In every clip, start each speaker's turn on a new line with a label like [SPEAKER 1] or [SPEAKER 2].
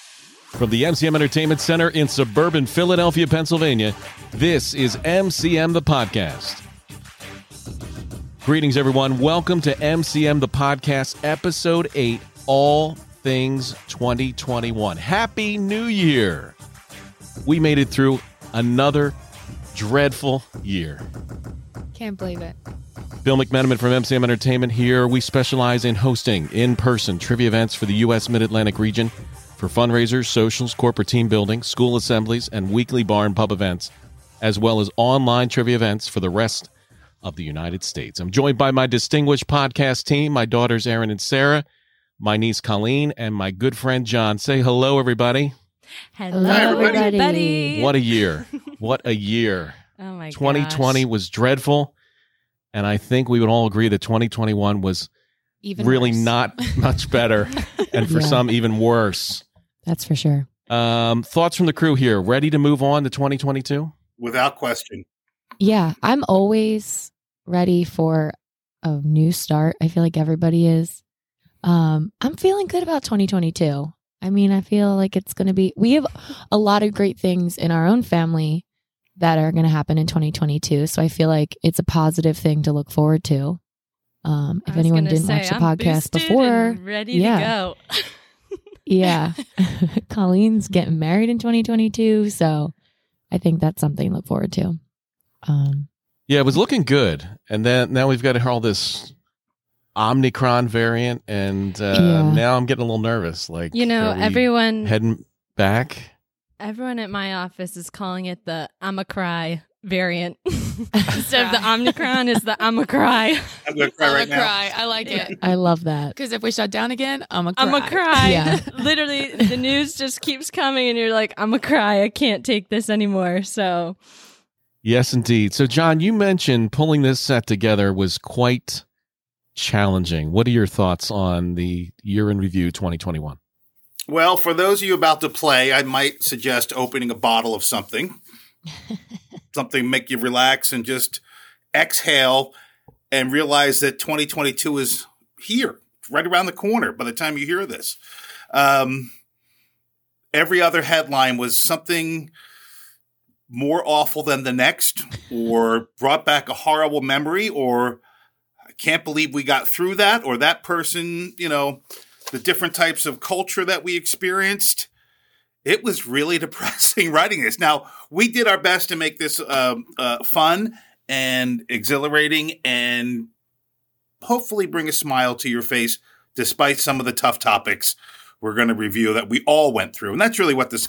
[SPEAKER 1] From the MCM Entertainment Center in suburban Philadelphia, Pennsylvania, this is MCM the Podcast. Greetings, everyone. Welcome to MCM the Podcast, Episode 8 All Things 2021. Happy New Year! We made it through another dreadful year.
[SPEAKER 2] Can't believe it.
[SPEAKER 1] Bill McMenamin from MCM Entertainment here. We specialize in hosting in person trivia events for the U.S. Mid Atlantic region for fundraisers, socials, corporate team building, school assemblies, and weekly bar and pub events, as well as online trivia events for the rest of the United States. I'm joined by my distinguished podcast team, my daughters, Aaron and Sarah, my niece, Colleen, and my good friend, John. Say hello, everybody.
[SPEAKER 2] Hello, everybody.
[SPEAKER 1] What a year! What a year!
[SPEAKER 3] Oh my
[SPEAKER 1] 2020 was dreadful. And I think we would all agree that 2021 was
[SPEAKER 2] Even
[SPEAKER 1] really
[SPEAKER 2] worse.
[SPEAKER 1] not much better, and for
[SPEAKER 4] Yeah.
[SPEAKER 1] some, even worse.
[SPEAKER 4] That's for sure.
[SPEAKER 1] Um, thoughts from the crew here. Ready to move on to 2022?
[SPEAKER 5] without question.
[SPEAKER 4] Yeah, I'm always ready for a new start. I feel like everybody is. Um, I'm feeling good about 2022. I mean, I feel like it's going to be, we have a lot of great things in our own family that are going to happen in 2022. So I feel like it's a positive thing to look forward to. Um,
[SPEAKER 3] I
[SPEAKER 4] if
[SPEAKER 3] was
[SPEAKER 4] anyone
[SPEAKER 3] gonna
[SPEAKER 4] didn't
[SPEAKER 3] say,
[SPEAKER 4] watch the
[SPEAKER 3] I'm
[SPEAKER 4] podcast
[SPEAKER 3] boosted
[SPEAKER 4] before,
[SPEAKER 3] and ready
[SPEAKER 4] yeah.
[SPEAKER 3] to go.
[SPEAKER 4] yeah, Colleen's getting married in 2022. So I think that's something to look forward to. Um,
[SPEAKER 1] Yeah, it was looking good, and then now we've got all this Omicron variant, and uh,
[SPEAKER 4] Yeah.
[SPEAKER 1] now I'm getting a little nervous. Like,
[SPEAKER 3] You know,
[SPEAKER 1] are we
[SPEAKER 3] everyone
[SPEAKER 1] heading back.
[SPEAKER 3] everyone at my office is calling it the Omicry variant. Instead of the Omicron is the Omicry.
[SPEAKER 5] I'm going to cry
[SPEAKER 6] I'm
[SPEAKER 5] right
[SPEAKER 6] a
[SPEAKER 5] now.
[SPEAKER 6] cry. I like it.
[SPEAKER 4] I love that.
[SPEAKER 6] Because if we shut down again, I'm a cry.
[SPEAKER 3] I'm a cry.
[SPEAKER 4] Yeah.
[SPEAKER 3] Literally, the news just keeps coming, and you're like, I'm a cry. I can't take this anymore. So,
[SPEAKER 1] Yes, indeed. So, John, you mentioned pulling this set together was quite challenging. What are your thoughts on the year in review 2021?
[SPEAKER 5] Well, for those of you about to play, I might suggest opening a bottle of something, something make you relax and just exhale and realize that 2022 is here, right around the corner. By the time you hear this, um, every other headline was something more awful than the next, or brought back a horrible memory, or I can't believe we got through that, or that person, you know the different types of culture that we experienced. It was really depressing writing this. Now, we did our best to make this um uh, fun and exhilarating and hopefully bring a smile to your face despite some of the tough topics we're going to review that we all went through. And that's really what this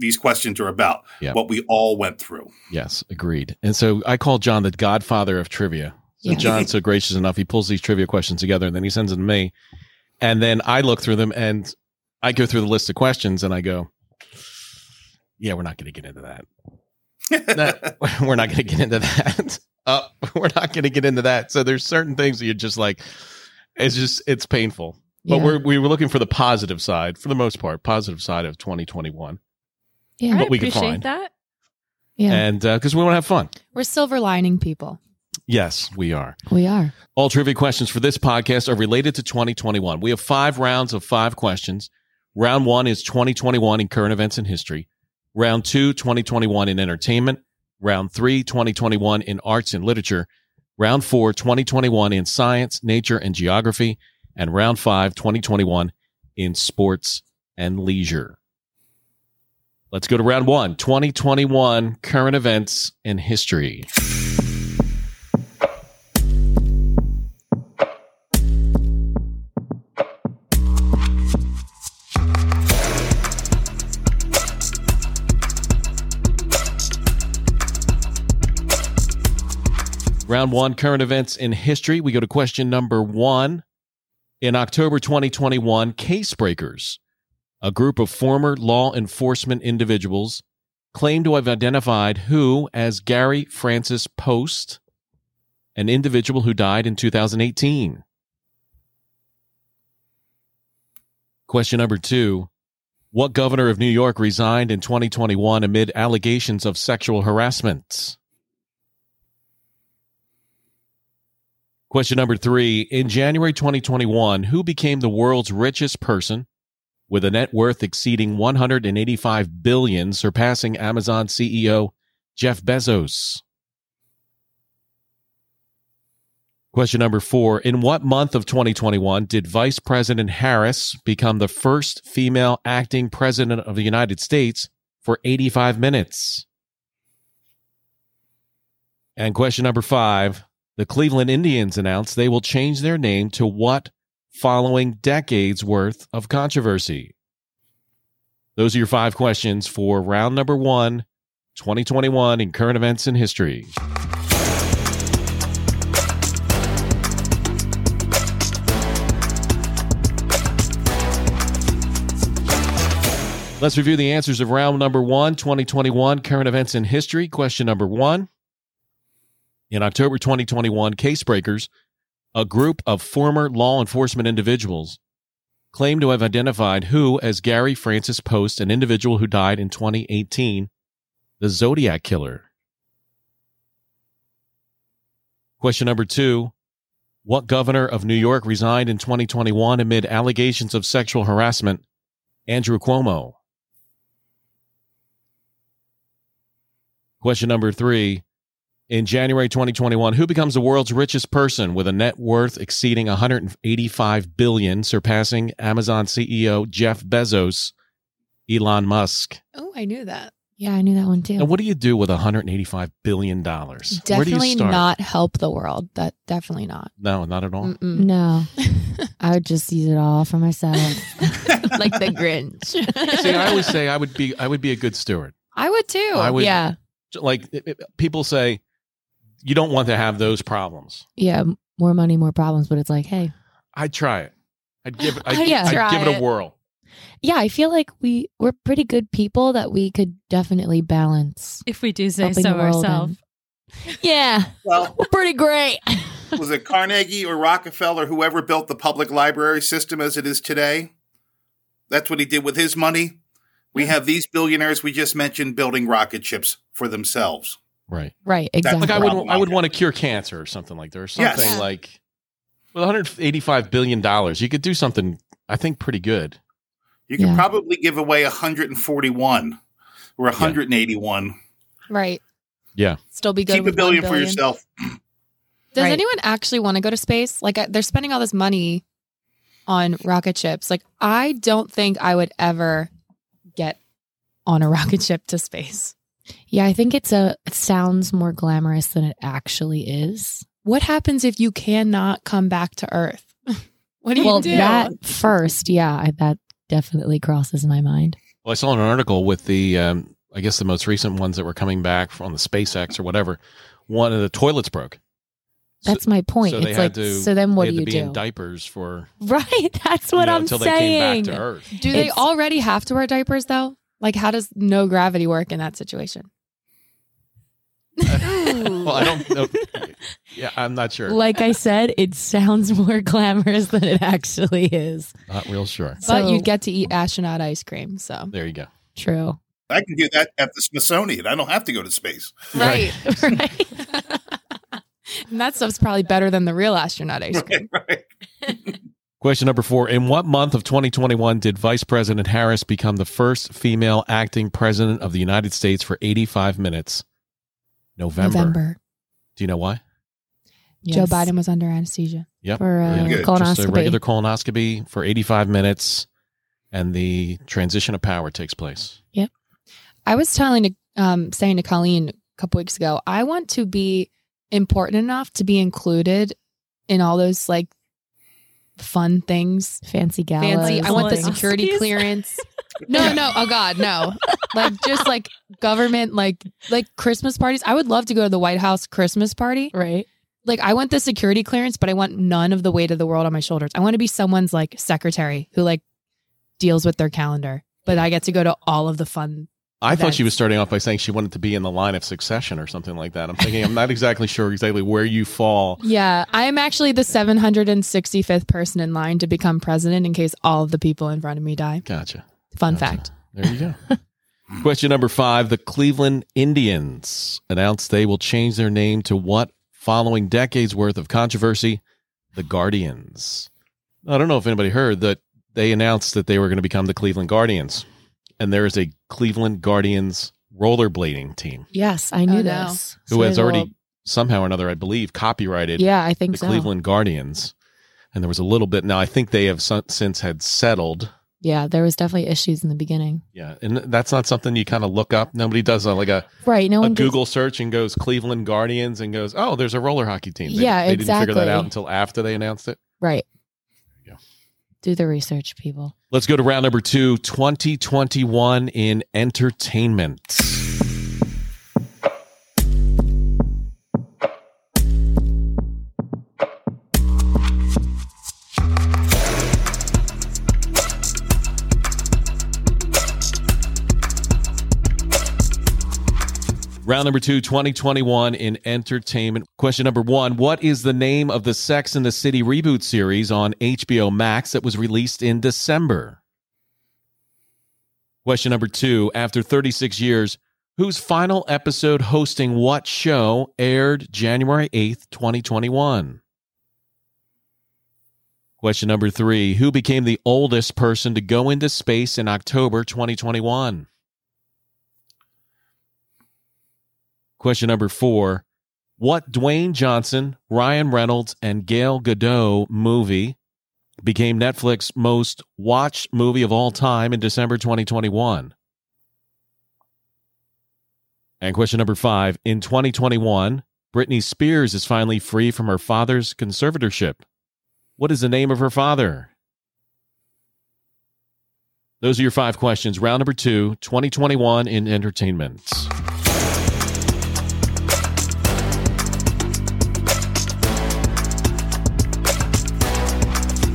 [SPEAKER 5] these questions are about,
[SPEAKER 1] Yeah.
[SPEAKER 5] what we all went through.
[SPEAKER 1] Yes, agreed. And so I call John the godfather of trivia. So
[SPEAKER 4] Yes.
[SPEAKER 1] John's so gracious enough, he pulls these trivia questions together and then he sends them to me. And then I look through them and I go through the list of questions and I go, yeah, we're not going to get into that. No, we're not going to get into that. Uh, we're not going to get into that. So there's certain things that you're just like, it's just, it's painful. But
[SPEAKER 4] Yeah.
[SPEAKER 1] we're, we were looking for the positive side, for the most part, positive side of 2021.
[SPEAKER 4] yeah,
[SPEAKER 3] I
[SPEAKER 1] What we could
[SPEAKER 3] appreciate
[SPEAKER 1] find.
[SPEAKER 3] that.
[SPEAKER 4] yeah.
[SPEAKER 1] And because we want to have fun.
[SPEAKER 4] We're silver lining people.
[SPEAKER 1] Yes, we are.
[SPEAKER 4] We are.
[SPEAKER 1] All trivia questions for this podcast are related to 2021. We have five rounds of five questions. Round one is 2021 in current events and history. Round two, 2021 in entertainment. Round three, 2021 in arts and literature. Round four, 2021 in science, nature, and geography. And round five, 2021 in sports and leisure. Let's go to round one, 2021 current events and history. Round one, current events in history. We go to question number one. In October 2021, Casebreakers, a group of former law enforcement individuals, claim to have identified who as Gary Francis Post, an individual who died in 2018. Question number two. What governor of New York resigned in 2021 amid allegations of sexual harassment? Question number three. In January 2021, who became the world's richest person with a net worth exceeding 185 billion, surpassing Amazon CEO Jeff Bezos. Question number four. In what month of 2021 did Vice President Harris become the first female acting president of the United States for 85 minutes? And question number five. The Cleveland Indians announced they will change their name to what following decades worth of controversy? Those are your five questions for round number one, 2021 in current events and history. Let's review the answers of round number one, 2021 current events and history. Question number one. In October 2021, Casebreakers, a group of former law enforcement individuals, claimed to have identified who, as Gary Francis Post, an individual who died in 2018, the Zodiac Killer. Question number two What governor of New York resigned in 2021 amid allegations of sexual harassment? Andrew Cuomo. Question number three in January 2021, who becomes the world's richest person with a net worth exceeding 185 billion, surpassing Amazon CEO Jeff Bezos, Elon Musk.
[SPEAKER 2] Oh, I knew that.
[SPEAKER 4] Yeah, I knew that one too.
[SPEAKER 1] And what do you do with 185 billion dollars? Where do you
[SPEAKER 6] Definitely
[SPEAKER 1] start?
[SPEAKER 6] not help the world. That definitely not. Mm.
[SPEAKER 1] No, not at all.
[SPEAKER 6] Mm-mm.
[SPEAKER 4] no, I would just use it all for myself.
[SPEAKER 6] like the Grinch.
[SPEAKER 1] See, I always say I would be I would be a good steward.
[SPEAKER 6] I would too.
[SPEAKER 1] I would-
[SPEAKER 6] yeah.
[SPEAKER 1] Like it- it- people say, you don't want to have those problems.
[SPEAKER 4] yeah, m- more money, more problems. But it's like, hey,
[SPEAKER 1] I'd try it. I'd give it. I'd,
[SPEAKER 6] I'd
[SPEAKER 1] I'd
[SPEAKER 6] try
[SPEAKER 1] give it a
[SPEAKER 6] it.
[SPEAKER 1] whirl.
[SPEAKER 4] yeah, I feel like we we're pretty good people that we could definitely balance.
[SPEAKER 3] If we do say
[SPEAKER 4] helping
[SPEAKER 3] so
[SPEAKER 4] the world
[SPEAKER 3] ourselves.
[SPEAKER 4] and- yeah,
[SPEAKER 5] Well,
[SPEAKER 4] we're pretty great.
[SPEAKER 5] was it Carnegie or Rockefeller, whoever built the public library system as it is today? That's what he did with his money. We have these billionaires we just mentioned building rocket ships for themselves.
[SPEAKER 1] Right.
[SPEAKER 4] right,
[SPEAKER 5] That's
[SPEAKER 4] exactly.
[SPEAKER 1] like I would
[SPEAKER 5] problem.
[SPEAKER 1] I would want to cure cancer or something like that or something
[SPEAKER 5] Yes.
[SPEAKER 2] Yeah.
[SPEAKER 1] like with 185 billion dollars you could do something I think pretty good.
[SPEAKER 5] You can
[SPEAKER 4] Yeah.
[SPEAKER 5] probably give away 141 or 181.
[SPEAKER 2] Right.
[SPEAKER 1] Yeah.
[SPEAKER 6] Still be good.
[SPEAKER 5] Keep a
[SPEAKER 6] with one
[SPEAKER 5] billion, for yourself.
[SPEAKER 6] Does
[SPEAKER 4] Right.
[SPEAKER 6] anyone actually want to go to space? Like I- they're spending all this money on rocket ships. Like I don't think I would ever get on a rocket ship to space.
[SPEAKER 4] Yeah, I think it's a it sounds more glamorous than it actually is.
[SPEAKER 6] What happens if you cannot come back to Earth? what do
[SPEAKER 4] well,
[SPEAKER 6] you do?
[SPEAKER 4] that first, yeah, I, that definitely crosses my mind.
[SPEAKER 1] Well, I saw an article with the um, I guess the most recent ones that were coming back from the SpaceX or whatever. One of the toilets broke. So-
[SPEAKER 4] That's my point.
[SPEAKER 1] so they
[SPEAKER 4] it's
[SPEAKER 1] had
[SPEAKER 4] like
[SPEAKER 1] to-
[SPEAKER 4] so then what
[SPEAKER 1] they
[SPEAKER 4] do
[SPEAKER 1] had
[SPEAKER 4] you
[SPEAKER 1] to be in
[SPEAKER 4] do?
[SPEAKER 1] diapers for
[SPEAKER 4] right, that's
[SPEAKER 1] you
[SPEAKER 4] what
[SPEAKER 1] know,
[SPEAKER 4] I'm
[SPEAKER 1] until they came
[SPEAKER 4] saying.
[SPEAKER 1] back to Earth.
[SPEAKER 6] do they
[SPEAKER 4] it's-
[SPEAKER 6] already have to wear diapers though? Like how does no gravity work in that situation?
[SPEAKER 1] Well, I don't know. yeah, I'm not sure.
[SPEAKER 4] Like I said, it sounds more glamorous than it actually is.
[SPEAKER 1] Not real sure.
[SPEAKER 6] but
[SPEAKER 4] So-
[SPEAKER 6] you'd get to eat astronaut ice cream, so
[SPEAKER 1] There you go.
[SPEAKER 4] True.
[SPEAKER 5] I can do that at the Smithsonian. I don't have to go to space.
[SPEAKER 1] Right.
[SPEAKER 4] Right.
[SPEAKER 6] and that stuff's probably better than the real astronaut ice cream.
[SPEAKER 5] right.
[SPEAKER 1] Question number four. In what month of 2021 did Vice President Harris become the first female acting president of the United States for 85 minutes? November.
[SPEAKER 6] November.
[SPEAKER 1] Do you know why?
[SPEAKER 4] Yes.
[SPEAKER 6] Joe Biden was under anesthesia.
[SPEAKER 1] Yep.
[SPEAKER 4] for uh,
[SPEAKER 1] Yeah.
[SPEAKER 5] Good.
[SPEAKER 4] colonoscopy.
[SPEAKER 1] Just a regular colonoscopy for 85 minutes, and the transition of power takes place.
[SPEAKER 6] I was telling to um, saying to Colleen a couple weeks ago, I want to be important enough to be included in all those like fun things.
[SPEAKER 4] Fancy gala.
[SPEAKER 6] Fancy.
[SPEAKER 4] or
[SPEAKER 6] I want the
[SPEAKER 4] something.
[SPEAKER 6] security
[SPEAKER 3] Colonoscopies?
[SPEAKER 6] clearance. No, no. Oh God, no. Like just like government, like like Christmas parties. I would love to go to the White House Christmas party.
[SPEAKER 4] Right.
[SPEAKER 6] Like I want the security clearance, but I want none of the weight of the world on my shoulders. I want to be someone's like secretary who like deals with their calendar, but I get to go to all of the fun.
[SPEAKER 1] I thought
[SPEAKER 6] Events.
[SPEAKER 1] she was starting off by saying she wanted to be in the line of succession or something like that. I'm thinking, I'm not exactly sure exactly where you fall.
[SPEAKER 6] Yeah, I am actually the 765th person in line to become president in case all of the people in front of me die.
[SPEAKER 1] Gotcha.
[SPEAKER 6] Fun
[SPEAKER 1] Gotcha.
[SPEAKER 6] fact.
[SPEAKER 1] There you go. Question number five The Cleveland Indians announced they will change their name to what following decades worth of controversy? The Guardians. I don't know if anybody heard that they announced that they were going to become the Cleveland Guardians, and there is a Cleveland Guardians rollerblading team
[SPEAKER 4] Yes, I knew
[SPEAKER 6] Oh, no.
[SPEAKER 4] this.
[SPEAKER 1] who
[SPEAKER 4] So
[SPEAKER 1] has
[SPEAKER 4] they will-
[SPEAKER 1] already somehow or another, I believe, copyrighted
[SPEAKER 4] Yeah, I think
[SPEAKER 1] the
[SPEAKER 4] so.
[SPEAKER 1] Cleveland Guardians. And there was a little bit. Now I think they have sun- since had settled.
[SPEAKER 4] Yeah, there was definitely issues in the beginning.
[SPEAKER 1] Yeah, and that's not something you kind of look up. Nobody does a, like a,
[SPEAKER 4] Right. No
[SPEAKER 1] a
[SPEAKER 4] one gets-
[SPEAKER 1] Google search and goes Cleveland Guardians and goes, oh, there's a roller hockey team. They,
[SPEAKER 4] Yeah,
[SPEAKER 1] they didn't figure that out
[SPEAKER 4] exactly.
[SPEAKER 1] until after they announced it.
[SPEAKER 4] Right.
[SPEAKER 1] There you go.
[SPEAKER 4] Do the research, people.
[SPEAKER 1] Let's go to round number two 2021 in entertainment. Round number two, 2021 in entertainment. Question number one What is the name of the Sex and the City reboot series on HBO Max that was released in December? Question number two After 36 years, whose final episode hosting what show aired January 8th, 2021? Question number three Who became the oldest person to go into space in October 2021? Question number four What Dwayne Johnson, Ryan Reynolds, and Gail Godot movie became Netflix's most watched movie of all time in December 2021? And question number five In 2021, Britney Spears is finally free from her father's conservatorship. What is the name of her father? Those are your five questions. Round number two 2021 in entertainment.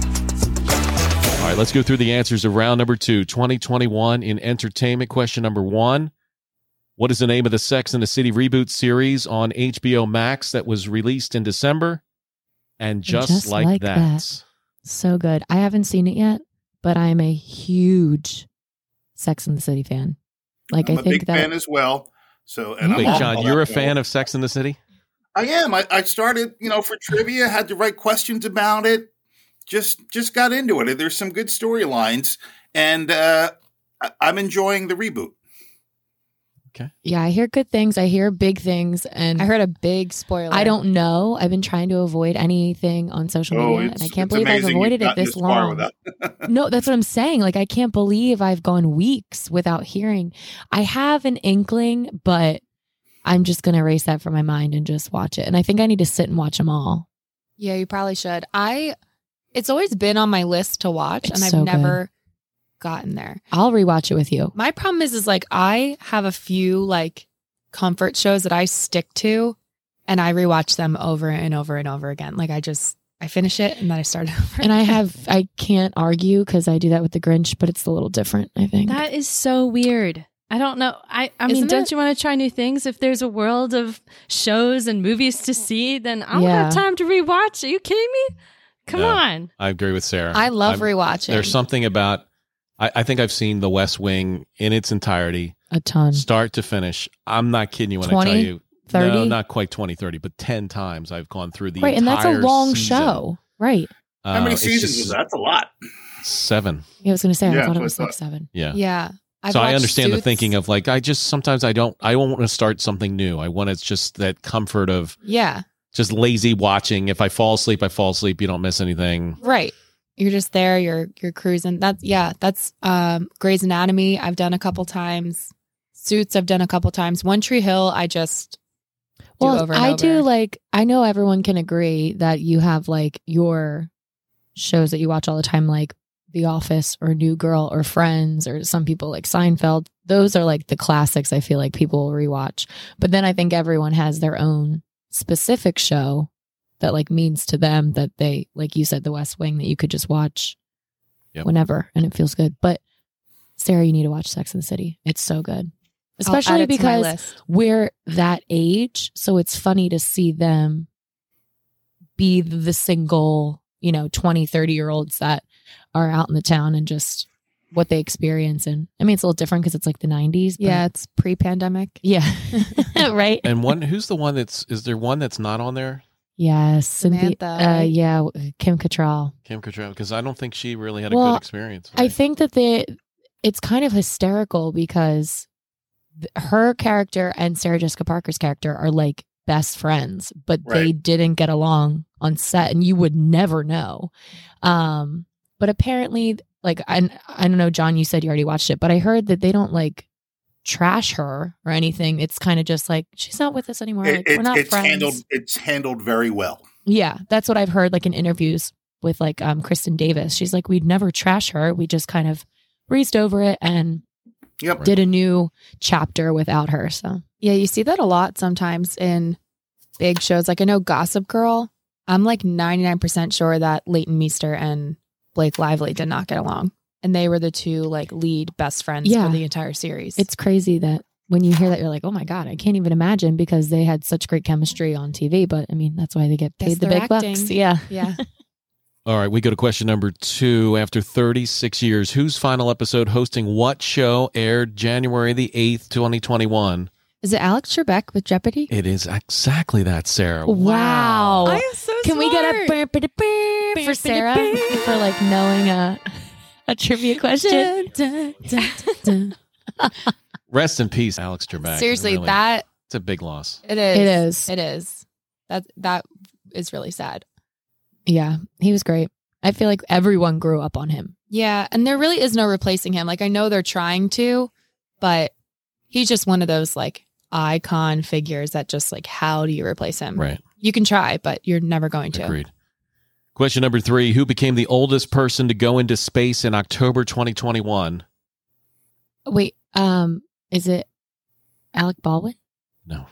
[SPEAKER 1] All right, let's go through the answers of round number two 2021 in entertainment. Question number one What is the name of the Sex and the City reboot series on HBO Max that was released in December? And just,
[SPEAKER 4] Just
[SPEAKER 1] like,
[SPEAKER 4] Like
[SPEAKER 1] that.
[SPEAKER 4] That. So good. I haven't seen it yet, but I'm a huge Sex and the City fan. Like
[SPEAKER 5] I'm
[SPEAKER 4] i
[SPEAKER 5] a
[SPEAKER 4] think
[SPEAKER 5] big
[SPEAKER 4] that
[SPEAKER 5] fan as well. So, and
[SPEAKER 1] Wait,
[SPEAKER 5] I'm all-
[SPEAKER 1] John, you're a fan of Sex and the City?
[SPEAKER 5] I am. I, I started, you know, for trivia, had to write questions about it. Just just got into it. There's some good storylines, and uh, I, I'm enjoying the reboot.
[SPEAKER 4] yeah, I hear good things. I hear big things and
[SPEAKER 6] I heard a big spoiler.
[SPEAKER 4] I don't know. I've been trying to avoid anything on social
[SPEAKER 5] Oh,
[SPEAKER 4] media and I can't believe I've avoided it this long. no, that's what I'm saying. Like, I can't believe I've gone weeks without hearing. I have an inkling, but I'm just going to erase that from my mind and just watch it. And I think I need to sit and watch them all.
[SPEAKER 6] Yeah, you probably should. I it's always been on my list to watch
[SPEAKER 4] It's
[SPEAKER 6] and I've
[SPEAKER 4] so good.
[SPEAKER 6] never gotten there.
[SPEAKER 4] I'll rewatch it with you.
[SPEAKER 6] My problem is is like I have a few like comfort shows that I stick to and I rewatch them over and over and over again. Like I just I finish it and then I start over.
[SPEAKER 4] And I have, I can't argue because I do that with The Grinch, but it's a little different, I think.
[SPEAKER 3] That is so weird. I don't know. I, I mean,
[SPEAKER 6] Isn't
[SPEAKER 3] don't
[SPEAKER 6] it?
[SPEAKER 3] you want to try new things? If there's a world of shows and movies to see, then I don't have
[SPEAKER 4] Yeah.
[SPEAKER 3] time to rewatch. Are you kidding me? Come
[SPEAKER 1] No.
[SPEAKER 3] on.
[SPEAKER 1] I agree with Sarah.
[SPEAKER 6] I
[SPEAKER 1] I'm-
[SPEAKER 6] love rewatching.
[SPEAKER 1] There's something about. I, I think I've seen The West Wing in its entirety,
[SPEAKER 4] a ton.
[SPEAKER 1] start to finish. I'm not kidding you when I
[SPEAKER 4] 20,
[SPEAKER 1] tell you.
[SPEAKER 4] 30.
[SPEAKER 1] No, not quite 20, 30, but 10 times I've gone through the
[SPEAKER 4] right. And that's a
[SPEAKER 1] entire
[SPEAKER 4] long
[SPEAKER 1] season.
[SPEAKER 4] show. Right.
[SPEAKER 1] Uh,
[SPEAKER 5] How many
[SPEAKER 1] it's
[SPEAKER 5] seasons
[SPEAKER 1] just
[SPEAKER 5] is that? That's a lot.
[SPEAKER 1] Seven.
[SPEAKER 4] Yeah, I was going to say, I
[SPEAKER 5] Yeah,
[SPEAKER 4] thought it
[SPEAKER 5] that's
[SPEAKER 4] was
[SPEAKER 5] what I
[SPEAKER 4] like seven.
[SPEAKER 1] Yeah.
[SPEAKER 6] yeah. I've
[SPEAKER 1] so I
[SPEAKER 6] watched
[SPEAKER 1] understand the
[SPEAKER 6] Suits.
[SPEAKER 1] thinking of like, I just sometimes I don't, I don't want to start something new. I want it's just that comfort of
[SPEAKER 6] Yeah.
[SPEAKER 1] just lazy watching. If I fall asleep, I fall asleep. You don't miss anything.
[SPEAKER 6] Right. You're just there, you're you're cruising. That's yeah, that's um Grey's Anatomy I've done a couple times. Suits I've done a couple times. One Tree Hill I just do
[SPEAKER 4] Well,
[SPEAKER 6] over and
[SPEAKER 4] I do
[SPEAKER 6] over.
[SPEAKER 4] like, I know everyone can agree that you have like your shows that you watch all the time, like The Office or New Girl or Friends, or some people like Seinfeld. Those are like the classics I feel like people will rewatch. But then I think everyone has their own specific show that like means to them that they, like you said, The West Wing, that you could just watch
[SPEAKER 1] Yep.
[SPEAKER 4] whenever and it feels good. But Sarah, you need to watch Sex and the City. It's so good.
[SPEAKER 6] I'll add
[SPEAKER 4] Especially
[SPEAKER 6] it to my
[SPEAKER 4] because
[SPEAKER 6] list.
[SPEAKER 4] we're that age. So it's funny to see them be the single, you know, 20, 30 year olds that are out in the town and just what they experience. And I mean, it's a little different because it's like the 90s. but-
[SPEAKER 6] Yeah, it's pre pandemic.
[SPEAKER 4] Yeah. right.
[SPEAKER 1] And one, who's the one that's, is there one that's not on there?
[SPEAKER 4] Yes. Cynthia,
[SPEAKER 6] Samantha.
[SPEAKER 4] uh, yeah, Kim Cattrall.
[SPEAKER 1] Kim Cattrall, because I don't think she really had a
[SPEAKER 4] Well,
[SPEAKER 1] good experience.
[SPEAKER 4] I
[SPEAKER 1] right?
[SPEAKER 4] think that they, it's kind of hysterical because th- her character and Sarah Jessica Parker's character are like best friends, but they
[SPEAKER 5] Right.
[SPEAKER 4] didn't get along on set, and you would never know. Um, but apparently, like I, I don't know, John, you said you already watched it, but I heard that they don't like trash her or anything. It's kind of just like she's not with us anymore.
[SPEAKER 5] It-
[SPEAKER 4] like,
[SPEAKER 5] it-
[SPEAKER 4] we're not
[SPEAKER 5] it's
[SPEAKER 4] friends.
[SPEAKER 5] handled. It's handled very well.
[SPEAKER 4] Yeah, that's what I've heard like in interviews with like um Kristen Davis. She's like we'd never trash her. We just kind of breezed over it and
[SPEAKER 5] Yep.
[SPEAKER 4] did a new chapter without her. So,
[SPEAKER 6] Yeah, you see that a lot sometimes in big shows. Like I know Gossip Girl. I'm like 99% sure that Leighton Meester and Blake Lively did not get along. And they were the two like lead best friends
[SPEAKER 4] Yeah.
[SPEAKER 6] for the entire series.
[SPEAKER 4] it's crazy that when you hear that you're like, "Oh my god, I can't even imagine" because they had such great chemistry on TV, but I mean, that's why they get
[SPEAKER 6] Guess
[SPEAKER 4] paid the
[SPEAKER 6] they're
[SPEAKER 4] big bucks.
[SPEAKER 6] acting.
[SPEAKER 4] Yeah.
[SPEAKER 6] yeah.
[SPEAKER 1] All right, we go to question number two. After 36 years, whose final episode hosting what show aired January the 8th, 2021?
[SPEAKER 6] Is it Alex Trebek with Jeopardy?
[SPEAKER 1] It is exactly that, Sarah.
[SPEAKER 4] Wow.
[SPEAKER 3] I am so
[SPEAKER 4] Can we get a
[SPEAKER 3] smart.
[SPEAKER 4] burr, burr, burr
[SPEAKER 3] Burr, burr,
[SPEAKER 4] for Sarah
[SPEAKER 3] burr.
[SPEAKER 4] for like knowing a a trivia question?
[SPEAKER 3] Dun, dun, dun, dun.
[SPEAKER 1] Rest in peace, Alex Trebek.
[SPEAKER 6] Seriously,
[SPEAKER 1] Really,
[SPEAKER 6] that
[SPEAKER 1] it's a big loss.
[SPEAKER 6] it is.
[SPEAKER 4] It is.
[SPEAKER 6] It is. That that is really sad.
[SPEAKER 4] Yeah, he was great. I feel like everyone grew up on him.
[SPEAKER 6] Yeah, and there really is no replacing him. Like I know they're trying to, but he's just one of those like icon figures that just like how do you replace him?
[SPEAKER 1] Right.
[SPEAKER 6] You can try, but you're never going to.
[SPEAKER 1] Agreed. Question number three Who became the oldest person to go into space in October 2021?
[SPEAKER 4] Wait, um, is it Alec Baldwin?
[SPEAKER 1] No.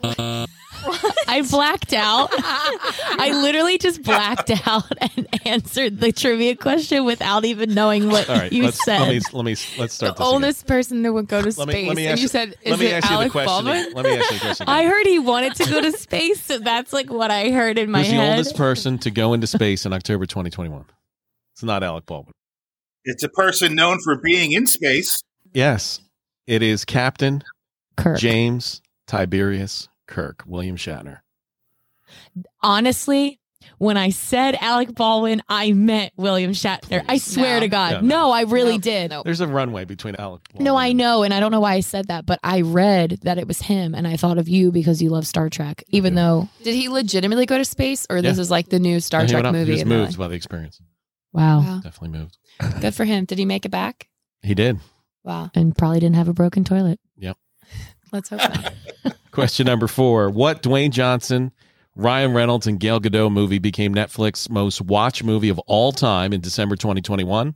[SPEAKER 4] I blacked out. I literally just blacked out and answered the trivia question without even knowing what
[SPEAKER 1] All right,
[SPEAKER 4] you
[SPEAKER 1] let's,
[SPEAKER 4] said.
[SPEAKER 1] let me let me let's start this.
[SPEAKER 6] The
[SPEAKER 1] again.
[SPEAKER 6] oldest person that would go to
[SPEAKER 1] Let me- let
[SPEAKER 6] space,
[SPEAKER 1] me ask
[SPEAKER 6] and
[SPEAKER 1] you-
[SPEAKER 6] you said,
[SPEAKER 1] Let
[SPEAKER 6] "Is
[SPEAKER 1] me
[SPEAKER 6] it
[SPEAKER 1] ask you the
[SPEAKER 6] Alec
[SPEAKER 1] question.
[SPEAKER 6] Baldwin?"
[SPEAKER 1] again. Let me ask you the question.
[SPEAKER 4] I
[SPEAKER 1] again.
[SPEAKER 4] heard he wanted to go to space, so that's like what I heard in my
[SPEAKER 1] Who's the
[SPEAKER 4] head.
[SPEAKER 1] oldest person to go into space in October 2021? It's not Alec Baldwin.
[SPEAKER 5] It's a person known for being in space.
[SPEAKER 1] Yes, it is Captain
[SPEAKER 4] Kirk.
[SPEAKER 1] James Tiberius Kirk, William Shatner.
[SPEAKER 4] Honestly, when I said Alec Baldwin, I meant William Shatner. I swear
[SPEAKER 6] No.
[SPEAKER 4] to God,
[SPEAKER 1] Yeah,
[SPEAKER 4] no, I really
[SPEAKER 6] Nope.
[SPEAKER 4] did.
[SPEAKER 6] Nope.
[SPEAKER 1] There's a runway between Alec. Baldwin
[SPEAKER 4] No, I
[SPEAKER 1] and-
[SPEAKER 4] know, and I don't know why I said that, but I read that it was him, and I thought of you because you love Star Trek, even
[SPEAKER 1] do.
[SPEAKER 4] though
[SPEAKER 6] Did he legitimately go to space, or this
[SPEAKER 1] Yeah.
[SPEAKER 6] is like the new
[SPEAKER 1] No,
[SPEAKER 6] Star
[SPEAKER 1] he
[SPEAKER 6] Trek
[SPEAKER 1] went up.
[SPEAKER 6] movie?
[SPEAKER 1] He was
[SPEAKER 6] and they're
[SPEAKER 1] moved by the experience.
[SPEAKER 4] wow,
[SPEAKER 6] Wow.
[SPEAKER 1] Definitely moved.
[SPEAKER 6] like, Good for him. Did he make it back?
[SPEAKER 1] He did.
[SPEAKER 6] Wow.
[SPEAKER 4] and probably didn't have a broken toilet.
[SPEAKER 6] Let's hope not.
[SPEAKER 1] Question number four: What Dwayne Johnson, Ryan Reynolds, and Gail Godot movie became Netflix's most watched movie of all time in December 2021?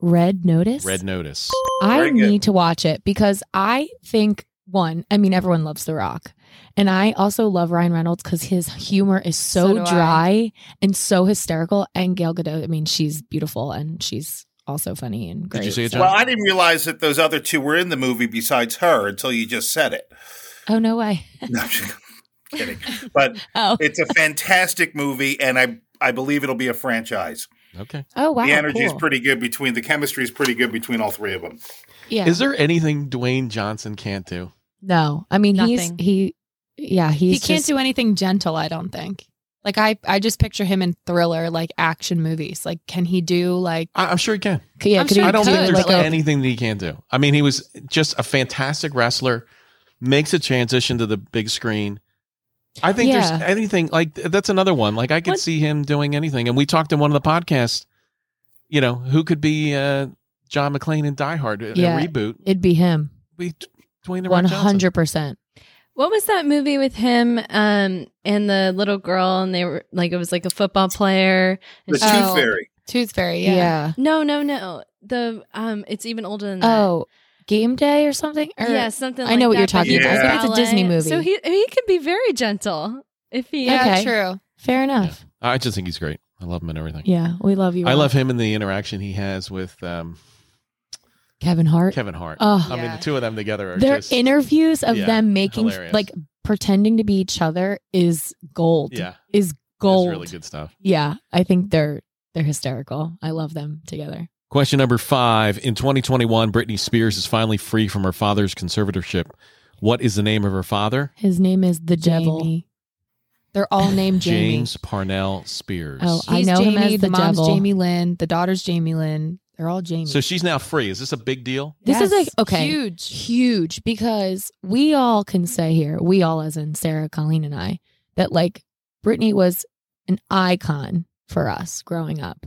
[SPEAKER 4] Red Notice.
[SPEAKER 1] Red Notice.
[SPEAKER 4] I
[SPEAKER 5] Very good.
[SPEAKER 4] need to watch it because I think one. I mean, everyone loves The Rock, and I also love Ryan Reynolds because his humor is
[SPEAKER 6] So
[SPEAKER 4] so,
[SPEAKER 6] do I.
[SPEAKER 4] dry and so hysterical. And Gail Gadot, I mean, she's beautiful and she's also funny and great.
[SPEAKER 1] Did you see it,
[SPEAKER 4] so-
[SPEAKER 1] John?
[SPEAKER 5] Well, I didn't realize that those other two were in the movie besides her until you just said it.
[SPEAKER 4] Oh no way!
[SPEAKER 5] No, I'm just kidding. But
[SPEAKER 4] Oh,
[SPEAKER 5] it's a fantastic movie, and I I believe it'll be a franchise.
[SPEAKER 1] Okay.
[SPEAKER 4] oh wow!
[SPEAKER 5] the energy is
[SPEAKER 4] cool.
[SPEAKER 5] pretty good between the chemistry is pretty good between all three of them.
[SPEAKER 4] Yeah.
[SPEAKER 1] Is there anything Dwayne Johnson can't do?
[SPEAKER 4] No, I mean
[SPEAKER 3] Nothing.
[SPEAKER 4] he's he. Yeah, he's
[SPEAKER 6] he can't
[SPEAKER 4] just-
[SPEAKER 6] do anything gentle. I don't think. Like I, I just picture him in thriller, like action movies. Like, can he do like?
[SPEAKER 1] I, I'm sure he can.
[SPEAKER 4] Yeah,
[SPEAKER 6] I'm
[SPEAKER 4] could
[SPEAKER 6] sure
[SPEAKER 4] he
[SPEAKER 1] I don't
[SPEAKER 4] do
[SPEAKER 1] think there's
[SPEAKER 4] like
[SPEAKER 6] could.
[SPEAKER 4] a,
[SPEAKER 1] anything that he can't do. I mean, he was just a fantastic wrestler, makes a transition to the big screen. I think there's
[SPEAKER 4] Yeah.
[SPEAKER 1] anything like that's another one. Like I could
[SPEAKER 4] What-
[SPEAKER 1] see him doing anything. And we talked in one of the podcasts, you know, who could be uh, John McClane in Die Hard in
[SPEAKER 4] Yeah.
[SPEAKER 1] a reboot?
[SPEAKER 4] it'd be him,
[SPEAKER 1] We Dwayne the Rock
[SPEAKER 4] one
[SPEAKER 1] Johnson.
[SPEAKER 4] hundred percent.
[SPEAKER 3] What was that movie with him um, and the little girl? And they were like, it was like a football player.
[SPEAKER 5] The
[SPEAKER 3] And
[SPEAKER 5] Tooth
[SPEAKER 3] she-
[SPEAKER 6] Oh.
[SPEAKER 5] Fairy.
[SPEAKER 6] Tooth Fairy,
[SPEAKER 4] Yeah.
[SPEAKER 6] yeah.
[SPEAKER 3] no, no, no. The um, it's even older than that.
[SPEAKER 4] Oh, game day or something. Or,
[SPEAKER 3] yeah, something.
[SPEAKER 4] I know what
[SPEAKER 3] like
[SPEAKER 4] you're
[SPEAKER 3] that, but
[SPEAKER 5] talking
[SPEAKER 3] he
[SPEAKER 5] about.
[SPEAKER 3] was
[SPEAKER 5] I
[SPEAKER 4] think it's a Disney
[SPEAKER 3] ballet.
[SPEAKER 4] movie.
[SPEAKER 3] So he he could be very gentle if he. uh,
[SPEAKER 4] Yeah. Okay.
[SPEAKER 6] true.
[SPEAKER 4] fair
[SPEAKER 1] Yeah.
[SPEAKER 4] enough.
[SPEAKER 1] I just think he's great. I love him and everything.
[SPEAKER 4] Yeah, we love you.
[SPEAKER 1] I
[SPEAKER 4] Rob.
[SPEAKER 1] love him and the interaction he has with um,
[SPEAKER 4] Kevin Hart.
[SPEAKER 1] Kevin Hart.
[SPEAKER 4] oh,
[SPEAKER 1] I mean,
[SPEAKER 6] Yeah.
[SPEAKER 1] the two of them together are
[SPEAKER 4] their
[SPEAKER 1] just
[SPEAKER 4] interviews of
[SPEAKER 1] yeah,
[SPEAKER 4] them making
[SPEAKER 1] hilarious.
[SPEAKER 4] like pretending to be each other is gold.
[SPEAKER 1] yeah,
[SPEAKER 4] is
[SPEAKER 1] it's
[SPEAKER 4] gold.
[SPEAKER 1] really good stuff.
[SPEAKER 4] Yeah, I think they're they're hysterical. I love them together.
[SPEAKER 1] Question number five. In 2021, Britney Spears is finally free from her father's conservatorship. What is the name of her father?
[SPEAKER 4] His name is the Devil.
[SPEAKER 6] Jamie. They're all named Jamie.
[SPEAKER 1] James Parnell Spears.
[SPEAKER 4] Oh, I
[SPEAKER 6] He's
[SPEAKER 4] know
[SPEAKER 6] Jamie,
[SPEAKER 4] him as the,
[SPEAKER 6] mom's
[SPEAKER 4] devil.
[SPEAKER 6] Jamie Lynn, the daughter's Jamie Lynn. They're all Jamie.
[SPEAKER 1] so she's now free. Is this a big deal?
[SPEAKER 4] This is
[SPEAKER 6] Yes.
[SPEAKER 4] like okay,
[SPEAKER 6] Huge.
[SPEAKER 4] huge because we all can say here, we all as in Sarah, Colleen, and I, that like Brittany was an icon for us growing up.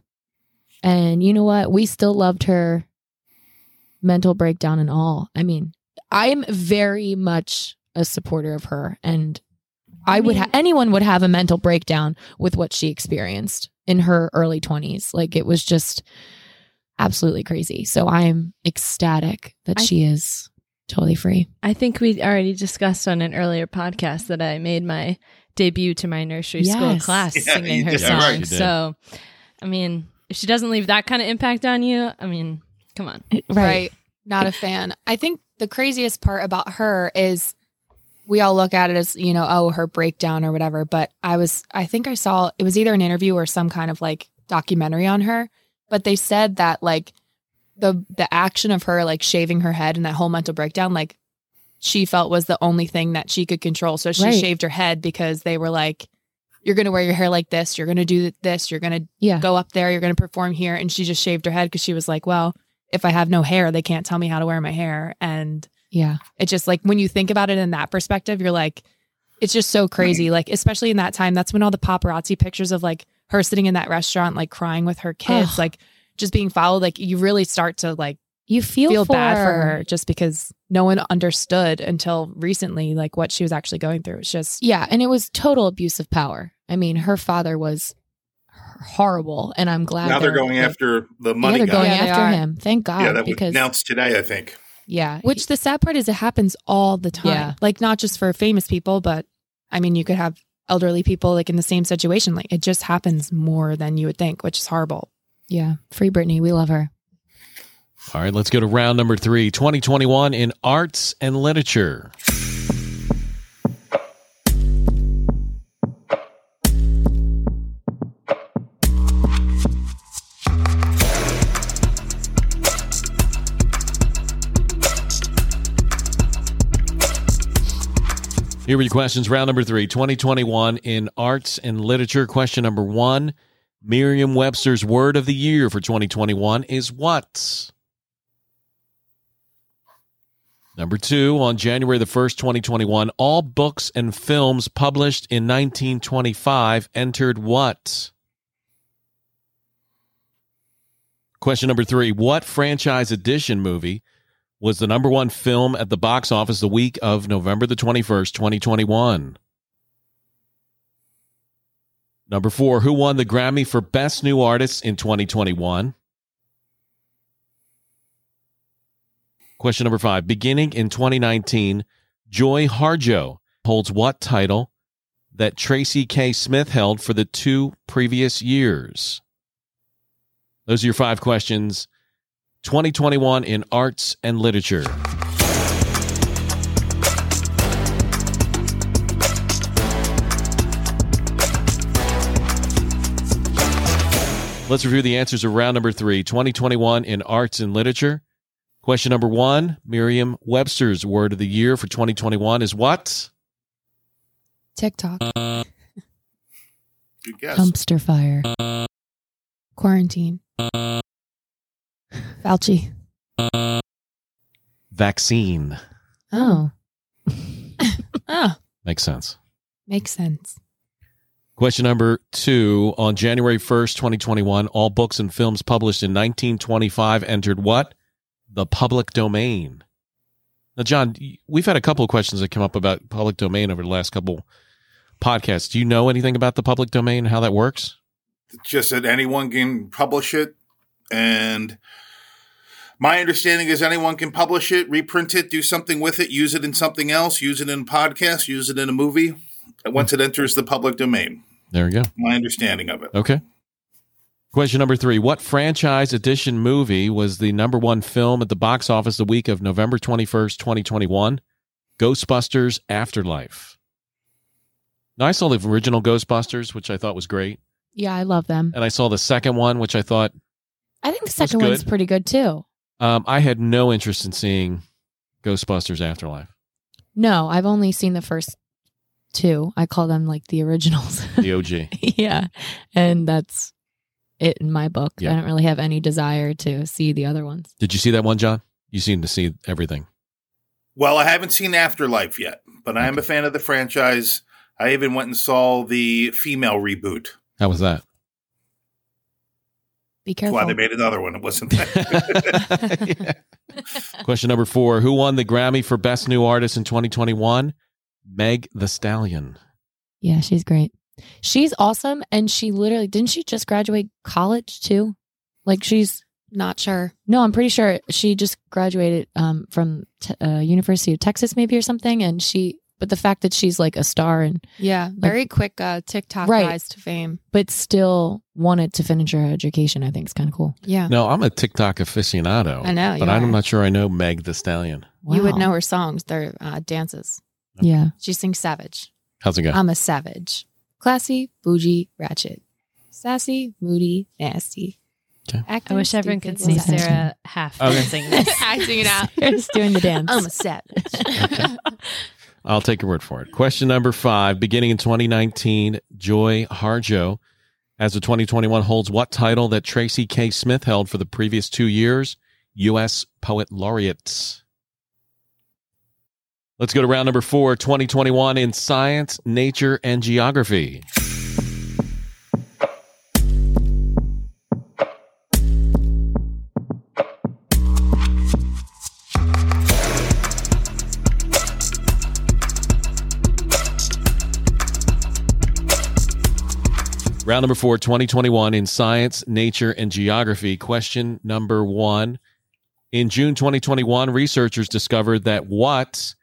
[SPEAKER 4] And you know what? We still loved her mental breakdown and all. I mean, I am very much a supporter of her and I, would ha- anyone would have a mental breakdown with what she experienced in her early 20s. Like it was just absolutely crazy. So I am ecstatic that
[SPEAKER 3] I-
[SPEAKER 4] she is totally free.
[SPEAKER 3] I think we already discussed on an earlier podcast that I made my debut to my nursery school
[SPEAKER 4] Yes.
[SPEAKER 3] class
[SPEAKER 5] Yeah,
[SPEAKER 3] singing
[SPEAKER 5] you
[SPEAKER 3] her
[SPEAKER 5] did.
[SPEAKER 1] Yeah,
[SPEAKER 3] song.
[SPEAKER 1] right, you did.
[SPEAKER 3] so, I mean, if she doesn't leave that kind of impact on you, I mean, come on.
[SPEAKER 6] right. Not a fan. I think the craziest part about her is we all look at it as, you know, oh, her breakdown or whatever. But I was, I think I saw it was either an interview or some kind of like documentary on her. But they said that like the the action of her like shaving her head and that whole mental breakdown, like she felt was the only thing that she could control. So she
[SPEAKER 4] Right.
[SPEAKER 6] shaved her head because they were like, "You're gonna wear your hair like this. You're gonna do this. You're gonna
[SPEAKER 4] Yeah.
[SPEAKER 6] go up there. You're going to perform here. And she just shaved her head because she was like, well, if I have no hair, they can't tell me how to wear my hair. And
[SPEAKER 4] Yeah.
[SPEAKER 6] it's just like when you think about it in that perspective, you're like, it's just so crazy. Like, especially in that time, that's when all the paparazzi pictures of like her sitting in that restaurant, like crying with her kids,
[SPEAKER 4] Ugh.
[SPEAKER 6] like just being followed. Like, you really start to like
[SPEAKER 4] You feel,
[SPEAKER 6] feel, bad for her just because no one understood until recently, like what she was actually going through. It's just,
[SPEAKER 4] Yeah, and it was total abuse of power. I mean, her father was h- horrible, and I'm glad
[SPEAKER 5] now they're
[SPEAKER 4] they're
[SPEAKER 5] going after the
[SPEAKER 4] yeah,
[SPEAKER 5] money
[SPEAKER 4] they're
[SPEAKER 5] guy.
[SPEAKER 4] going
[SPEAKER 6] Yeah, they
[SPEAKER 4] after
[SPEAKER 6] are.
[SPEAKER 4] him. Thank God,
[SPEAKER 5] yeah, that was
[SPEAKER 4] because
[SPEAKER 5] announced today, I think.
[SPEAKER 4] yeah,
[SPEAKER 6] which the sad part is it happens all the time.
[SPEAKER 4] Yeah.
[SPEAKER 6] Like not just for famous people, but I mean you could have elderly people like in the same situation. Like it just happens more than you would think, which is horrible.
[SPEAKER 4] he- yeah, free Britney, we love her.
[SPEAKER 1] All right, let's go to round number three 2021 in arts and literature. Here were your questions. Round number three 2021 in arts and literature. Question number one Merriam Webster's word of the year for 2021 is what? Number two, on January the 1st, 2021, all books and films published in 1925 entered what? Question number three What franchise edition movie was the number one film at the box office the week of November the 21st, 2021? Number four, who won the Grammy for Best New Artist in 2021? Question number five, beginning in 2019, Joy Harjo holds what title that Tracy K. Smith held for the two previous years? Those are your five questions. 2021 in arts and literature. Let's review the answers of round number three 2021 in arts and literature. Question number one Merriam Webster's word of the year for 2021 is what?
[SPEAKER 6] TikTok,
[SPEAKER 5] Good guess.
[SPEAKER 4] Dumpster fire.
[SPEAKER 6] quarantine. Fauci.
[SPEAKER 1] Vaccine.
[SPEAKER 4] Oh,
[SPEAKER 6] Oh,
[SPEAKER 1] Makes sense.
[SPEAKER 6] makes sense.
[SPEAKER 1] Question number two On January 1st, 2021, all books and films published in 1925 entered what? The public domain. Now, John, y- we've had a couple of questions that come up about public domain over the last couple podcasts. Do you know anything about the public domain, how that works?
[SPEAKER 5] just that anyone can publish it and my understanding is anyone can publish it reprint it do something with it use it in something else use it in a podcast use it in a movie and once it enters the public domain
[SPEAKER 1] There we go.
[SPEAKER 5] my understanding of it
[SPEAKER 1] Okay. Question number three What franchise edition movie was the number one film at the box office the week of November 21st, 2021? Ghostbusters Afterlife. Now, I saw the original Ghostbusters, which I thought was great.
[SPEAKER 4] yeah, I love them.
[SPEAKER 1] And I saw the second one, which I thought
[SPEAKER 4] I think the second
[SPEAKER 1] good.
[SPEAKER 4] one's pretty good too.
[SPEAKER 1] um, I had no interest in seeing Ghostbusters Afterlife.
[SPEAKER 4] No, I've only seen the first two. I call them like the originals.
[SPEAKER 1] The OG.
[SPEAKER 4] yeah. And that's it in my book.
[SPEAKER 1] Yeah.
[SPEAKER 4] I don't really have any desire to see the other ones.
[SPEAKER 1] Did you see that one, John? You seem to see everything.
[SPEAKER 5] Well, I haven't seen Afterlife yet, but I am a fan of the franchise. I even went and saw the female reboot.
[SPEAKER 1] How was that?
[SPEAKER 4] Be
[SPEAKER 5] That's
[SPEAKER 4] careful.
[SPEAKER 5] why they made another one. It wasn't that.
[SPEAKER 1] Question number four Who won the Grammy for Best New Artist in 2021? Meg the Stallion.
[SPEAKER 4] yeah, she's great. She's awesome. And she literally didn't she just graduate college too? Like she's
[SPEAKER 6] Not sure.
[SPEAKER 4] no, I'm pretty sure she just graduated um, from t- uh, University of Texas, maybe or something. And she, but the fact that she's like a star and
[SPEAKER 6] Yeah. Very quick uh, TikTok
[SPEAKER 4] Right.
[SPEAKER 6] rise to fame.
[SPEAKER 4] but still wanted to finish her education, I think is kind of cool.
[SPEAKER 6] Yeah.
[SPEAKER 1] No, I'm a TikTok aficionado,
[SPEAKER 6] Uh-huh. I know.
[SPEAKER 1] but
[SPEAKER 6] you
[SPEAKER 1] I'm
[SPEAKER 6] are.
[SPEAKER 1] not sure I know Meg the Stallion.
[SPEAKER 6] You would
[SPEAKER 4] Wow.
[SPEAKER 6] know her songs. They're uh, dances.
[SPEAKER 4] Yeah.
[SPEAKER 6] She sings Savage.
[SPEAKER 1] How's it go?
[SPEAKER 6] I'm a savage. Classy, bougie, ratchet. Sassy, moody, nasty.
[SPEAKER 1] Okay.
[SPEAKER 6] Acting
[SPEAKER 3] I wish everyone
[SPEAKER 6] stupid,
[SPEAKER 3] could see
[SPEAKER 6] whatever.
[SPEAKER 3] Sarah half
[SPEAKER 1] Okay.
[SPEAKER 3] dancing this.
[SPEAKER 6] Acting it out.
[SPEAKER 4] Sarah's doing the dance.
[SPEAKER 6] I'm a savage.
[SPEAKER 1] I'll take your word for it. Question number five. Beginning in 2019, Joy Harjo, as of 2021, holds what title that Tracy K. Smith held for the previous two years? U.S. Poet Laureates. Let's go to round number four, 2021 in Science, Nature, and Geography. Round number four, 2021 in Science, Nature, and Geography. Question number one. In June 2021, researchers discovered that what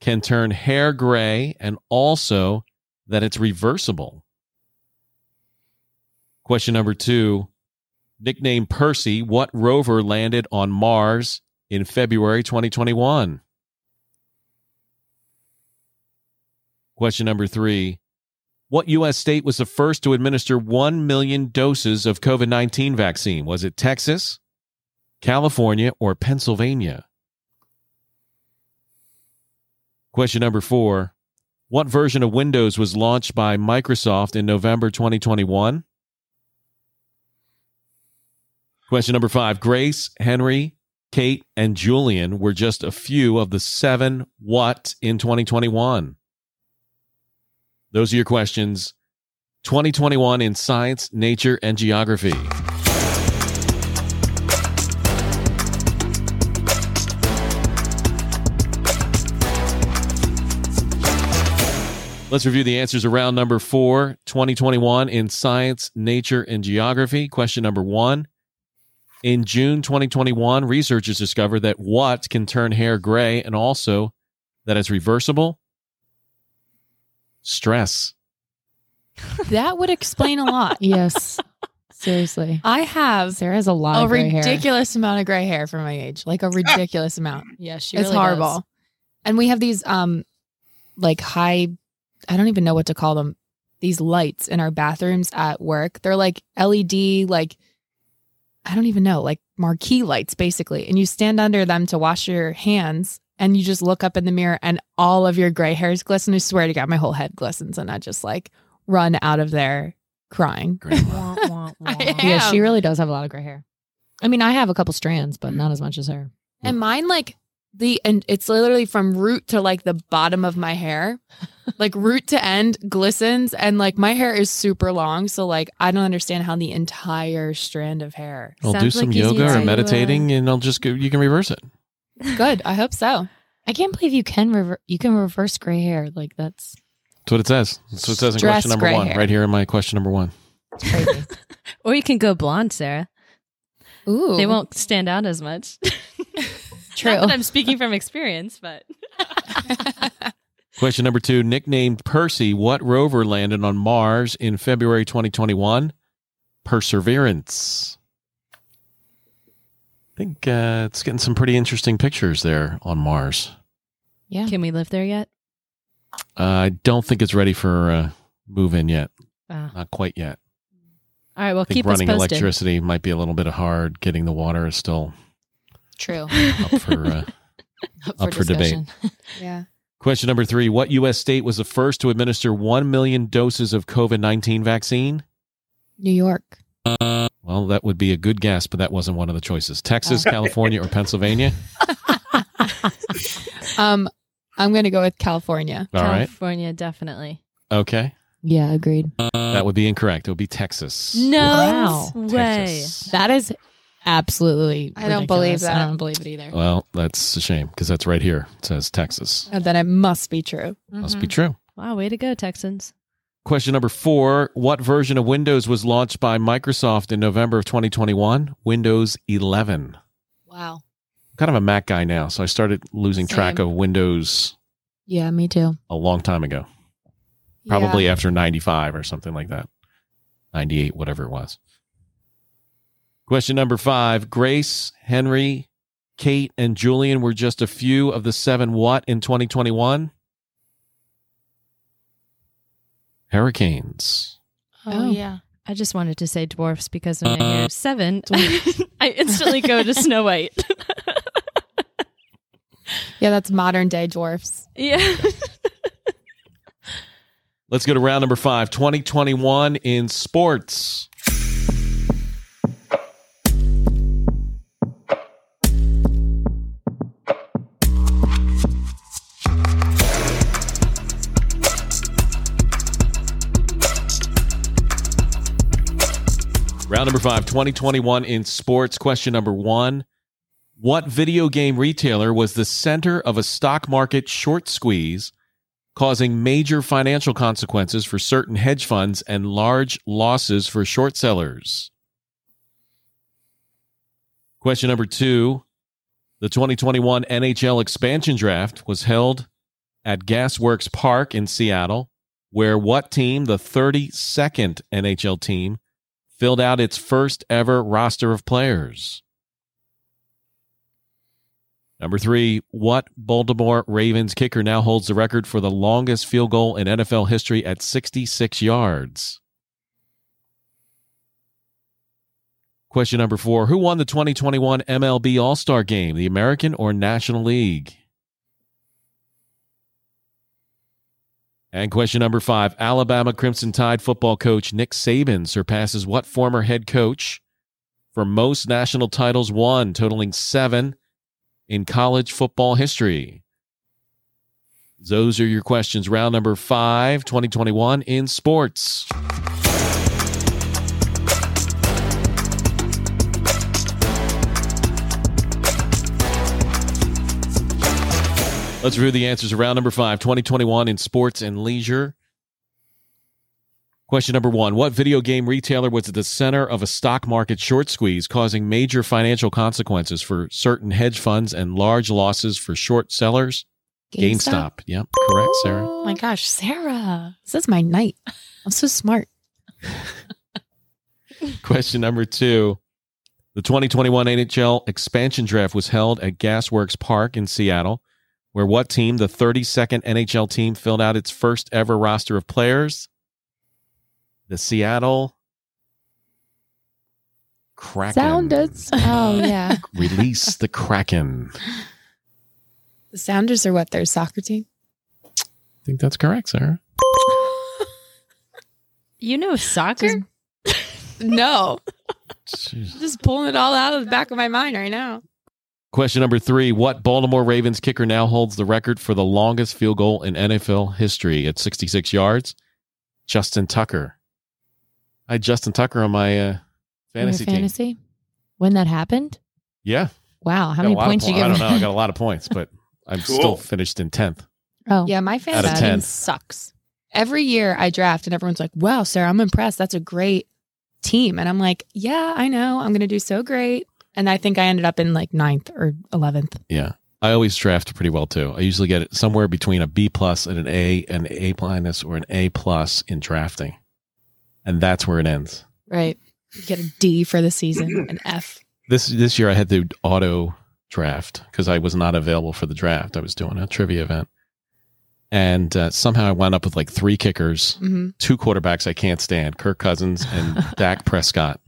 [SPEAKER 1] can turn hair gray and also that it's reversible? Question number two. Nicknamed Percy, what rover landed on Mars in February 2021? Question number three. What U.S. state was the first to administer 1 million doses of COVID 19 vaccine? Was it Texas, California, or Pennsylvania? Question number four What version of Windows was launched by Microsoft in November 2021? Question number five Grace, Henry, Kate, and Julian were just a few of the seven what in 2021? Those are your questions. 2021 in science, nature, and geography. Let's review the answers around number four, 2021 in science, nature, and geography. Question number one. In June 2021, researchers discovered that what can turn hair gray and also that it's reversible? Stress.
[SPEAKER 6] that would explain a lot.
[SPEAKER 4] yes. Seriously.
[SPEAKER 6] I have
[SPEAKER 4] Sarah has a lot
[SPEAKER 6] a
[SPEAKER 4] of gray hair.
[SPEAKER 6] Oh, ridiculous amount of gray hair for my age, like a ridiculous amount.
[SPEAKER 4] Yeah, she
[SPEAKER 6] it's horrible. And we have these um like high I don't even know what to call them. These lights in our bathrooms at work. They're like LED like I don't even know, like marquee lights basically. And you stand under them to wash your hands and you just look up in the mirror and all of your gray hairs glisten. I swear to God, my whole head glistens and I just like run out of there crying.
[SPEAKER 1] Great.
[SPEAKER 6] I
[SPEAKER 4] Yeah, she
[SPEAKER 6] am.
[SPEAKER 4] really does have a lot of gray hair. I mean, I have a couple strands, but not as much as her.
[SPEAKER 6] And mine, like the and it's literally from root to like the bottom of my hair, like root to end glistens, and like my hair is super long, so like I don't understand how the entire strand of hair.
[SPEAKER 1] I'll do
[SPEAKER 3] Sounds
[SPEAKER 1] some
[SPEAKER 3] like you need
[SPEAKER 1] yoga
[SPEAKER 3] to,
[SPEAKER 1] or
[SPEAKER 3] uh,
[SPEAKER 1] meditating, and I'll just go, you can reverse it.
[SPEAKER 6] Good, I hope so.
[SPEAKER 4] I can't believe you can rever- you can reverse gray hair. Like that's
[SPEAKER 1] That's what it says. That's what it says in
[SPEAKER 6] Stress
[SPEAKER 1] question number
[SPEAKER 6] gray
[SPEAKER 1] one,
[SPEAKER 6] hair.
[SPEAKER 1] right here in my question number one.
[SPEAKER 4] crazy.
[SPEAKER 3] Or you can go blonde, Sarah.
[SPEAKER 6] Ooh,
[SPEAKER 3] They won't stand out as much.
[SPEAKER 4] True.
[SPEAKER 3] Not that I'm speaking from experience, but
[SPEAKER 1] Question number two, nicknamed Percy, what rover landed on Mars in February 2021? Perseverance. I think uh, it's getting some pretty interesting pictures there on Mars.
[SPEAKER 4] yeah.
[SPEAKER 3] can we live there yet?
[SPEAKER 1] Uh, I don't think it's ready for uh, move in yet.
[SPEAKER 3] Ah.
[SPEAKER 1] Not quite yet.
[SPEAKER 3] All right, well,
[SPEAKER 1] I think
[SPEAKER 3] keep us
[SPEAKER 1] running
[SPEAKER 3] posted.
[SPEAKER 1] electricity might be a little bit hard. Getting the water is still
[SPEAKER 4] True.
[SPEAKER 1] up for uh, Up for debate.
[SPEAKER 4] discussion.
[SPEAKER 6] yeah.
[SPEAKER 1] Question number three What U.S. state was the first to administer 1 million doses of COVID 19 vaccine?
[SPEAKER 6] New York.
[SPEAKER 1] Well, that would be a good guess, but that wasn't one of the choices. Texas,
[SPEAKER 3] Oh.
[SPEAKER 1] California, or Pennsylvania?
[SPEAKER 6] Um, I'm gonna go with California.
[SPEAKER 1] All right.
[SPEAKER 3] California, definitely.
[SPEAKER 1] Okay.
[SPEAKER 4] Yeah, agreed.
[SPEAKER 1] That would be incorrect. It would be Texas.
[SPEAKER 3] No
[SPEAKER 4] Wow.
[SPEAKER 3] way.
[SPEAKER 1] Texas.
[SPEAKER 4] That is absolutely.
[SPEAKER 6] I don't believe
[SPEAKER 4] ridiculous.
[SPEAKER 6] that.
[SPEAKER 4] I don't believe it either.
[SPEAKER 1] Well, that's a shame because that's right here. It says Texas.
[SPEAKER 6] And then it must be true.
[SPEAKER 1] Must
[SPEAKER 2] Mhm.
[SPEAKER 3] Mm-hmm.
[SPEAKER 1] be true.
[SPEAKER 3] Wow, way to go, Texans.
[SPEAKER 1] Question number four What version of Windows was launched by Microsoft in November of 2021? Windows 11.
[SPEAKER 4] Wow.
[SPEAKER 1] Kind of a Mac guy now, so I started losing track
[SPEAKER 6] Same.
[SPEAKER 1] of Windows
[SPEAKER 4] Yeah, me too.
[SPEAKER 1] a long time ago, probably after 95 or something like that, 98, whatever it was. Question number five Grace, Henry, Kate, and Julian were just a few of the seven what in 2021? Hurricanes.
[SPEAKER 2] Oh,
[SPEAKER 6] Oh.
[SPEAKER 2] yeah.
[SPEAKER 3] I just wanted to say dwarfs because when
[SPEAKER 4] Uh-huh.
[SPEAKER 3] I hear seven, I instantly go to Snow White.
[SPEAKER 6] Yeah, that's modern day dwarfs.
[SPEAKER 3] yeah.
[SPEAKER 1] Let's go to round number five 2021 in sports. Round number five 2021 in sports. Question number one What video game retailer was the center of a stock market short squeeze? causing major financial consequences for certain hedge funds and large losses for short sellers. Question number two The 2021 NHL expansion draft was held at Gasworks Park in Seattle, where what team, the 32nd NHL team, filled out its first ever roster of players? Number three, what Baltimore Ravens kicker now holds the record for the longest field goal in NFL history at 66 yards? Question number four Who won the 2021 MLB All Star game, the American or National League? And question number five Alabama Crimson Tide football coach Nick Saban surpasses what former head coach for most national titles won, totaling seven in college football history? Those are your questions. Round number five, 2021 in sports. Let's review the answers to round number five, 2021 in sports and leisure. Question number one What video game retailer was at the center of a stock market short squeeze causing major financial consequences for certain hedge funds and large losses for short sellers? GameStop. Yep. Correct, Sarah.
[SPEAKER 4] Oh my gosh, Sarah.
[SPEAKER 6] This is my night. I'm so smart.
[SPEAKER 1] Question number two The 2021 NHL expansion draft was held at Gasworks Park in Seattle, where what team, the 32nd NHL team, filled out its first ever roster of players? The Seattle Kraken.
[SPEAKER 4] Sounders.
[SPEAKER 6] Oh yeah,
[SPEAKER 1] Release the Kraken. I
[SPEAKER 6] the Sounders are what their soccer team.
[SPEAKER 1] think that's correct, Sarah.
[SPEAKER 3] You know soccer?
[SPEAKER 6] No,
[SPEAKER 1] Jeez.
[SPEAKER 6] just pulling it all out of the back of my mind right now.
[SPEAKER 1] Question number three What Baltimore Ravens kicker now holds the record for the longest field goal in NFL history at 66 yards? Justin Tucker. I had Justin Tucker on my uh, fantasy team.
[SPEAKER 4] fantasy. When that happened?
[SPEAKER 1] Yeah.
[SPEAKER 4] Wow, how
[SPEAKER 1] Got a
[SPEAKER 4] many
[SPEAKER 1] lot of
[SPEAKER 4] points
[SPEAKER 1] po-
[SPEAKER 4] you give?
[SPEAKER 1] I don't know. I got a lot of points, but I'm
[SPEAKER 5] Cool.
[SPEAKER 1] still finished in 10th.
[SPEAKER 4] Oh,
[SPEAKER 6] Yeah, my
[SPEAKER 1] Out of
[SPEAKER 6] fantasy
[SPEAKER 1] 10.
[SPEAKER 6] team sucks. Every year I draft and everyone's like, "Wow, Sarah, I'm impressed. That's a great team." And I'm like, "Yeah, I know. I'm going to do so great." And I think I ended up in like ninth or eleventh.
[SPEAKER 1] Yeah. I always draft pretty well too. I usually get it somewhere between a B plus and an A, an A minus, or an A plus in drafting. And that's where it ends.
[SPEAKER 6] Right. You get a D for the season, an F.
[SPEAKER 1] This this year I had to auto draft because I was not available for the draft. I was doing a trivia event, and uh, somehow I wound up with like three kickers,
[SPEAKER 4] Mm-hmm.
[SPEAKER 6] hmm
[SPEAKER 1] two quarterbacks I can't stand: Kirk Cousins and Dak Prescott.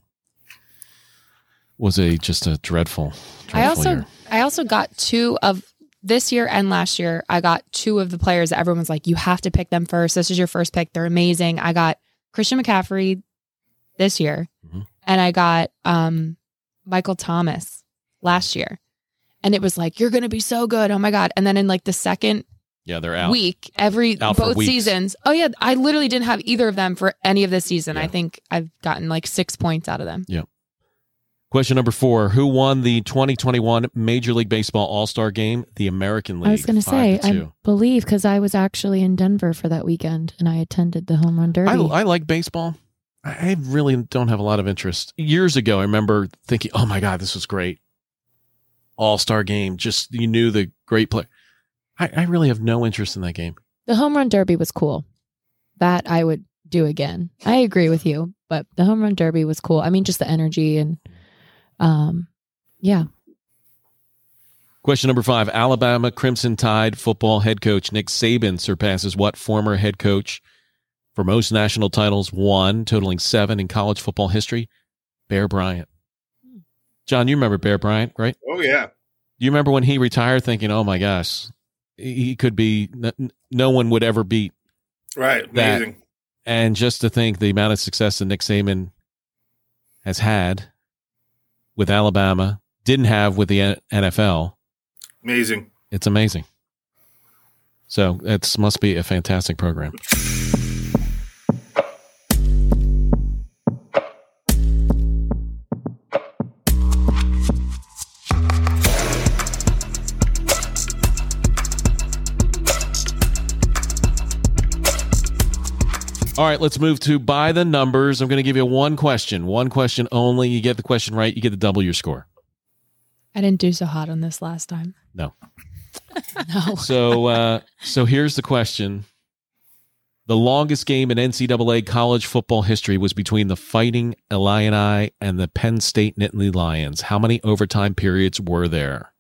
[SPEAKER 1] Was a just a dreadful. dreadful
[SPEAKER 6] I also
[SPEAKER 1] year.
[SPEAKER 6] I also got two of this year and last year, I got two of the players that everyone's like, you have to pick them first. This is your first pick. They're amazing. I got Christian McCaffrey this year,
[SPEAKER 1] Mhm.
[SPEAKER 6] and I got um, Michael Thomas last year. And it was like, you're going to be so good. Oh my God. And then in like the second
[SPEAKER 1] Yeah, they're out.
[SPEAKER 6] week, every
[SPEAKER 1] Out for
[SPEAKER 6] both
[SPEAKER 1] weeks.
[SPEAKER 6] seasons. Oh, yeah. I literally didn't have either of them for any of this season.
[SPEAKER 1] Yeah.
[SPEAKER 6] I think I've gotten like six points out of them.
[SPEAKER 1] Question number four Who won the 2021 Major League Baseball All Star game? The American League.
[SPEAKER 4] I was going to say,
[SPEAKER 1] five to
[SPEAKER 4] I
[SPEAKER 1] two.
[SPEAKER 4] believe because I was actually in Denver for that weekend and I attended the home run derby.
[SPEAKER 1] I, I like baseball. I I really don't have a lot of interest. Years ago, I remember thinking, oh my God, this was great. All Star game. Just, you knew the great player. I, I really have no interest in that game.
[SPEAKER 4] the home run derby was cool. That I would do again. I agree with you, but the home run derby was cool. I mean, just the energy and, um, yeah.
[SPEAKER 1] Question number five Alabama Crimson Tide football head coach Nick Saban surpasses what former head coach for most national titles won, totaling seven in college football history? Bear Bryant. John, you remember Bear Bryant, right?
[SPEAKER 5] Oh yeah.
[SPEAKER 1] Do you remember when he retired thinking, oh my gosh, he he could be, n- no one would ever beat?
[SPEAKER 5] Right.
[SPEAKER 1] That-
[SPEAKER 5] Amazing.
[SPEAKER 1] And just to think the amount of success that Nick Saban has had with Alabama, didn't have with the N- NFL.
[SPEAKER 5] Amazing.
[SPEAKER 1] It's amazing. So it must be a fantastic program. All right, let's move to by the numbers. I'm going to give you one question, one question only. You get the question right, you get to double your score.
[SPEAKER 6] I didn't do so hot on this last time.
[SPEAKER 4] No.
[SPEAKER 1] so uh, so here's the question the longest game in ncaa college football history was between the fighting illini and the penn state nittany lions how many overtime periods were there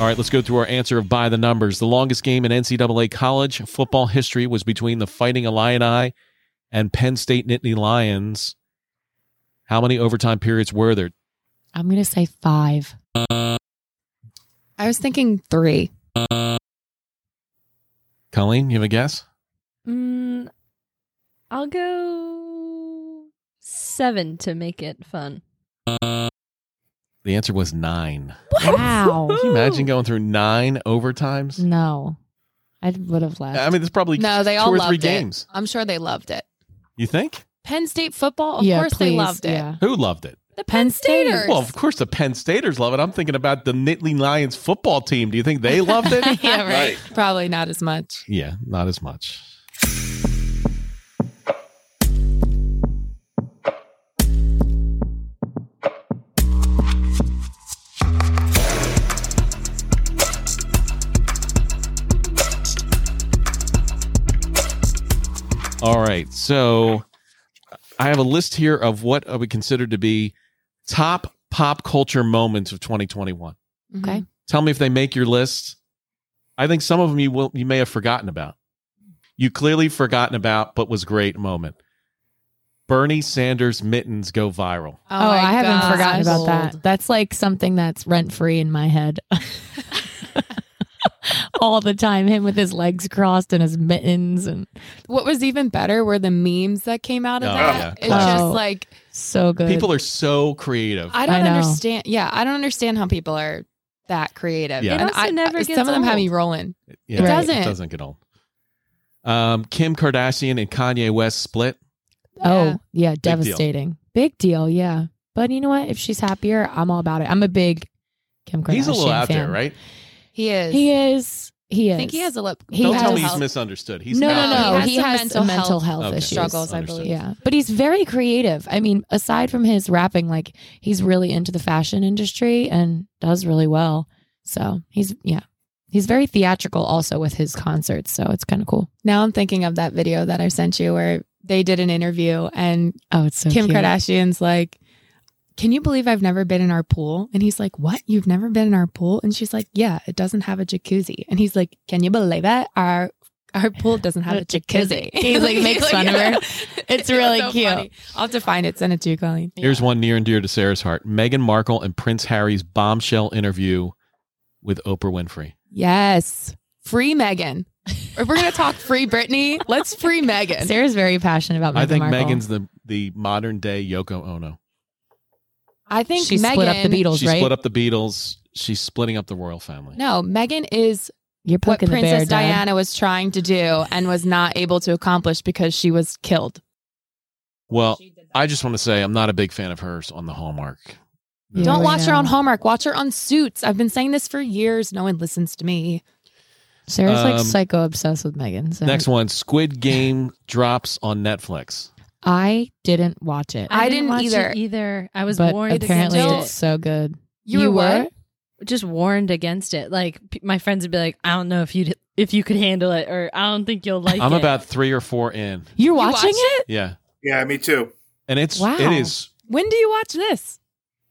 [SPEAKER 1] All right, let's go through our answer of by the numbers. The longest game in NCAA college football history was between the Fighting Illini and Penn State Nittany Lions. How many overtime periods were there?
[SPEAKER 4] I'm going to say five.
[SPEAKER 6] I was thinking three.
[SPEAKER 1] Colleen, you have a guess?
[SPEAKER 3] Mm, I'll go seven to make it fun.
[SPEAKER 1] The answer was nine.
[SPEAKER 4] Wow.
[SPEAKER 1] Can you imagine going through nine overtimes?
[SPEAKER 4] No, I would have left.
[SPEAKER 1] I mean, there's probably
[SPEAKER 6] No, they
[SPEAKER 1] two
[SPEAKER 6] all
[SPEAKER 1] or three
[SPEAKER 6] loved it.
[SPEAKER 1] games.
[SPEAKER 6] I'm sure they loved it.
[SPEAKER 1] You think?
[SPEAKER 6] Penn State football, of
[SPEAKER 4] yeah,
[SPEAKER 6] course they
[SPEAKER 4] please,
[SPEAKER 6] loved it.
[SPEAKER 4] Yeah.
[SPEAKER 1] Who loved it?
[SPEAKER 6] The Penn Staters.
[SPEAKER 1] Well, of course, the Penn Staters love it. I'm thinking about the Nittany Lions football team. Do you think they loved it?
[SPEAKER 6] yeah,
[SPEAKER 5] Right.
[SPEAKER 6] right. Probably not as much.
[SPEAKER 1] Yeah, not as much. All right. So I have a list here of what we consider to be top pop culture moments of 2021
[SPEAKER 6] Mm-hmm.
[SPEAKER 4] Okay.
[SPEAKER 1] tell me if they make your list. I think some of them you will you may have forgotten about. You clearly forgotten about, but was great moment. Bernie Sanders mittens go viral.
[SPEAKER 6] Oh,
[SPEAKER 4] Oh, I haven't
[SPEAKER 6] gosh.
[SPEAKER 4] forgotten about that. That's like something that's rent free in my head. All the time, him with his legs crossed and his mittens, and
[SPEAKER 6] What was even better were the memes that came out of
[SPEAKER 1] Oh, yeah,
[SPEAKER 6] that. It's
[SPEAKER 4] classic.
[SPEAKER 6] just
[SPEAKER 4] Oh.
[SPEAKER 6] like
[SPEAKER 4] so good.
[SPEAKER 1] People are so creative.
[SPEAKER 6] I don't
[SPEAKER 4] I know.
[SPEAKER 6] understand. Yeah, I don't understand how people are that creative.
[SPEAKER 1] Yeah. It
[SPEAKER 6] And
[SPEAKER 3] also
[SPEAKER 6] I,
[SPEAKER 3] never
[SPEAKER 6] I-
[SPEAKER 3] gets
[SPEAKER 6] some of them have
[SPEAKER 3] old.
[SPEAKER 6] me rolling.
[SPEAKER 1] Yeah,
[SPEAKER 6] it doesn't.
[SPEAKER 1] It doesn't get old. Um, Kim Kardashian and Kanye West split.
[SPEAKER 6] Yeah.
[SPEAKER 4] oh yeah,
[SPEAKER 1] deal.
[SPEAKER 4] devastating, big deal. yeah. But you know what? If she's happier, I'm all about it. I'm a big Kim Kardashian
[SPEAKER 1] He's a little out
[SPEAKER 4] fan.
[SPEAKER 1] there, right?
[SPEAKER 6] He is.
[SPEAKER 4] He is. He is.
[SPEAKER 6] I think he has a lip.
[SPEAKER 4] He
[SPEAKER 1] don't tell
[SPEAKER 4] has-
[SPEAKER 1] me he's
[SPEAKER 6] health
[SPEAKER 1] misunderstood. He's
[SPEAKER 4] no,
[SPEAKER 1] out there.
[SPEAKER 4] no, no.
[SPEAKER 6] He has
[SPEAKER 4] He has,
[SPEAKER 6] some
[SPEAKER 4] a
[SPEAKER 6] mental
[SPEAKER 4] mental health,
[SPEAKER 1] Okay.
[SPEAKER 4] issue.
[SPEAKER 6] struggles, I
[SPEAKER 1] Understood.
[SPEAKER 6] believe.
[SPEAKER 4] Yeah, but he's very creative. I mean, aside from his rapping, like he's really into the fashion industry and does really well. So he's yeah, he's very theatrical also with his concerts. So it's kind of cool.
[SPEAKER 6] Now I'm thinking of that video that I sent you where they did an interview and
[SPEAKER 4] Oh, it's so
[SPEAKER 6] Kim
[SPEAKER 4] cute.
[SPEAKER 6] Kardashian's like, Can you believe I've never been in our pool? And he's like, What? You've never been in our pool? And she's like, Yeah, it doesn't have a jacuzzi. And he's like, Can you believe it? Our our pool doesn't have a jacuzzi.
[SPEAKER 4] He, like, makes fun of her. It's really
[SPEAKER 6] so
[SPEAKER 4] cute.
[SPEAKER 6] funny. I'll have to find it. Send it to you, Colleen.
[SPEAKER 1] Here's one near and dear to Sarah's heart Meghan Markle and Prince Harry's bombshell interview with Oprah Winfrey.
[SPEAKER 6] Yes. Free Megan. If we're going to talk free Britney, let's free Megan.
[SPEAKER 4] Sarah's very passionate about.
[SPEAKER 1] I
[SPEAKER 4] Meghan
[SPEAKER 1] think
[SPEAKER 4] Markle.
[SPEAKER 1] Megan's the, the modern day Yoko Ono.
[SPEAKER 6] I think
[SPEAKER 4] She
[SPEAKER 6] Megan.
[SPEAKER 4] split up the Beatles,
[SPEAKER 1] she
[SPEAKER 4] right?
[SPEAKER 1] split up the Beatles. She's splitting up the royal family.
[SPEAKER 6] No, Megan is
[SPEAKER 4] You're
[SPEAKER 6] what
[SPEAKER 4] poking the bear,
[SPEAKER 6] Princess
[SPEAKER 4] Dad.
[SPEAKER 6] Diana was trying to do and was not able to accomplish because she was killed.
[SPEAKER 1] Well, I just want to say I'm not a big fan of hers on the Hallmark.
[SPEAKER 4] Yeah,
[SPEAKER 6] Don't
[SPEAKER 4] we
[SPEAKER 6] watch her
[SPEAKER 4] know.
[SPEAKER 6] on Hallmark. Watch her on Suits. I've been saying this for years. No one listens to me.
[SPEAKER 4] Sarah's like
[SPEAKER 1] Um,
[SPEAKER 4] psycho obsessed with Megan. So
[SPEAKER 1] Next one Squid Game drops on Netflix.
[SPEAKER 4] I didn't watch it.
[SPEAKER 6] I didn't
[SPEAKER 3] watch
[SPEAKER 6] either.
[SPEAKER 3] it either. I was
[SPEAKER 4] but
[SPEAKER 3] warned
[SPEAKER 4] apparently
[SPEAKER 3] against
[SPEAKER 4] it's so good.
[SPEAKER 6] You,
[SPEAKER 4] You
[SPEAKER 6] were what?
[SPEAKER 3] it. Just warned against it. Like p- my friends would be like, "I don't know if you if you could handle it, or I don't think you'll like
[SPEAKER 1] I'm
[SPEAKER 3] it."
[SPEAKER 1] about three or four in.
[SPEAKER 4] You're
[SPEAKER 6] watched
[SPEAKER 4] watching it?
[SPEAKER 1] Yeah.
[SPEAKER 5] Yeah, me too.
[SPEAKER 1] And it's,
[SPEAKER 4] Wow.
[SPEAKER 1] it is,
[SPEAKER 6] When do you watch this?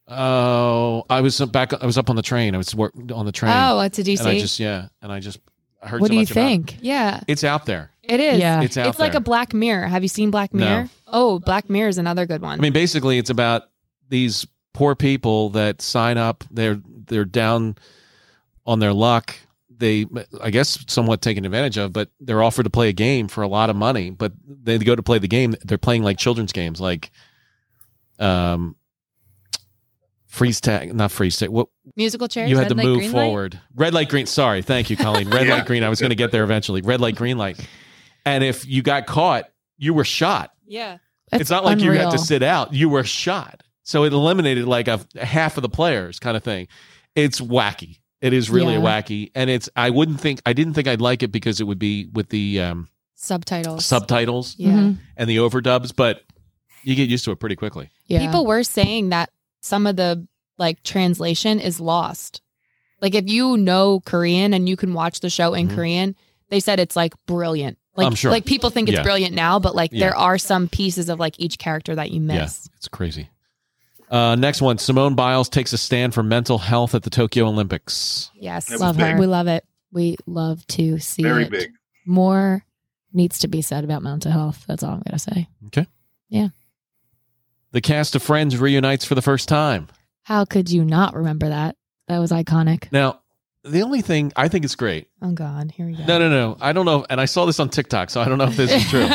[SPEAKER 1] oh, I was back, I was up on the train. I was work, on the train.
[SPEAKER 6] Oh, it's a DC.
[SPEAKER 1] and I just, yeah. And I just I heard
[SPEAKER 4] What
[SPEAKER 1] so
[SPEAKER 4] do you
[SPEAKER 1] much about it.
[SPEAKER 4] think?
[SPEAKER 6] yeah,
[SPEAKER 1] It's out there.
[SPEAKER 6] it is.
[SPEAKER 4] Yeah.
[SPEAKER 1] It's out
[SPEAKER 6] It's like
[SPEAKER 1] there.
[SPEAKER 6] a Black Mirror. Have you seen Black
[SPEAKER 1] No.
[SPEAKER 6] Mirror? Oh, Black Mirror is another good one.
[SPEAKER 1] I mean, basically, it's about these poor people that sign up. They're they're down on their luck. They, I guess, somewhat taken advantage of, but they're offered to play a game for a lot of money. But they go to play the game. They're playing like children's games, like um, freeze tag, not freeze tag. What
[SPEAKER 6] Musical chairs.
[SPEAKER 1] you had
[SPEAKER 3] red
[SPEAKER 1] to
[SPEAKER 3] light,
[SPEAKER 1] move
[SPEAKER 3] green light?
[SPEAKER 1] forward. Red light, green. Sorry, thank you, Colleen. Red
[SPEAKER 5] Yeah.
[SPEAKER 1] light, green. I was going to get there eventually. Red light, green light. And if you got caught, you were shot
[SPEAKER 6] yeah.
[SPEAKER 4] That's
[SPEAKER 1] it's not like you had to
[SPEAKER 4] unreal.
[SPEAKER 1] sit out. You were shot. So it eliminated like a, a half of the players kind of thing. It's wacky. It is really
[SPEAKER 4] Yeah.
[SPEAKER 1] wacky. And it's I wouldn't think I didn't think I'd like it because it would be with the um,
[SPEAKER 6] Subtitles.
[SPEAKER 1] subtitles
[SPEAKER 6] yeah.
[SPEAKER 4] Mhm.
[SPEAKER 1] and the overdubs, but you get used to it pretty quickly.
[SPEAKER 4] Yeah.
[SPEAKER 6] People were saying that some of the like translation is lost. Like if you know Korean and you can watch the show in
[SPEAKER 1] Mhm.
[SPEAKER 6] Korean, they said it's like brilliant. Like
[SPEAKER 1] I'm sure.
[SPEAKER 6] like people think it's
[SPEAKER 1] Yeah.
[SPEAKER 6] brilliant now, but like
[SPEAKER 1] Yeah.
[SPEAKER 6] there are some pieces of like each character that you
[SPEAKER 1] Yeah.
[SPEAKER 6] miss.
[SPEAKER 1] It's crazy. Uh, next one, Simone Biles takes a stand for mental health at the Tokyo Olympics.
[SPEAKER 6] Yes.
[SPEAKER 5] It was
[SPEAKER 4] love her.
[SPEAKER 6] We
[SPEAKER 4] We,
[SPEAKER 6] love it.
[SPEAKER 4] we love to see
[SPEAKER 5] Very
[SPEAKER 4] it.
[SPEAKER 5] big.
[SPEAKER 4] More needs to be said about mental health. That's all I'm gonna say.
[SPEAKER 1] The cast of Friends reunites for the first time.
[SPEAKER 4] How could you not remember that? That was iconic.
[SPEAKER 1] Now, the only thing I think it's great.
[SPEAKER 6] Oh god, here we go.
[SPEAKER 1] No, no, no. I don't know. And I saw this on TikTok, so I don't know if this is true.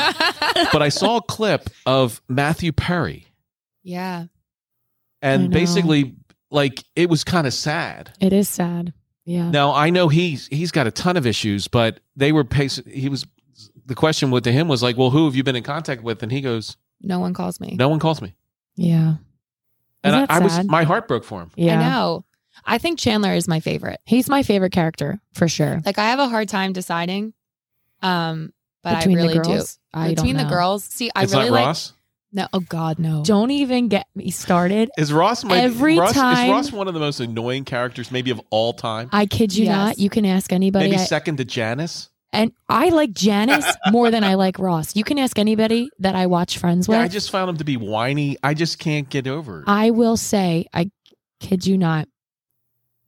[SPEAKER 1] but I saw a clip of Matthew Perry,
[SPEAKER 6] yeah.
[SPEAKER 4] I
[SPEAKER 1] and
[SPEAKER 4] know.
[SPEAKER 1] basically, like it was kind of sad.
[SPEAKER 4] It is sad. Yeah.
[SPEAKER 1] Now I know he's he's got a ton of issues, but they were pacing. He was the question with to him was like, "Well, who have you been in contact with?" And he goes,
[SPEAKER 6] No one calls me.
[SPEAKER 1] "No one calls me."
[SPEAKER 4] Yeah.
[SPEAKER 1] And
[SPEAKER 4] Isn't that
[SPEAKER 1] I, I was
[SPEAKER 4] sad?
[SPEAKER 1] my heart broke for him.
[SPEAKER 4] Yeah.
[SPEAKER 6] I know. I think Chandler is my favorite.
[SPEAKER 4] He's my favorite character for sure.
[SPEAKER 6] Like I have a hard time deciding. Um, but
[SPEAKER 4] Between
[SPEAKER 6] I really
[SPEAKER 4] the girls,
[SPEAKER 6] do.
[SPEAKER 4] I
[SPEAKER 6] Between
[SPEAKER 4] don't
[SPEAKER 6] the
[SPEAKER 4] know.
[SPEAKER 6] girls. See, I
[SPEAKER 1] it's
[SPEAKER 6] really
[SPEAKER 1] not
[SPEAKER 6] like
[SPEAKER 1] Ross.
[SPEAKER 6] No, oh God, no.
[SPEAKER 4] Don't even get me started.
[SPEAKER 1] Is Ross my
[SPEAKER 4] Every
[SPEAKER 1] Ross,
[SPEAKER 4] time-
[SPEAKER 1] Is Ross one of the most annoying characters, maybe of all time?
[SPEAKER 4] I kid you
[SPEAKER 6] Yes.
[SPEAKER 4] not. You can ask anybody.
[SPEAKER 1] maybe
[SPEAKER 4] I,
[SPEAKER 1] second to Janice.
[SPEAKER 4] and I like Janice more than I like Ross. You can ask anybody that I watch Friends with.
[SPEAKER 1] Yeah, I
[SPEAKER 4] I,
[SPEAKER 1] just found him to be whiny. I just can't get over. it.
[SPEAKER 4] will say, I kid you not,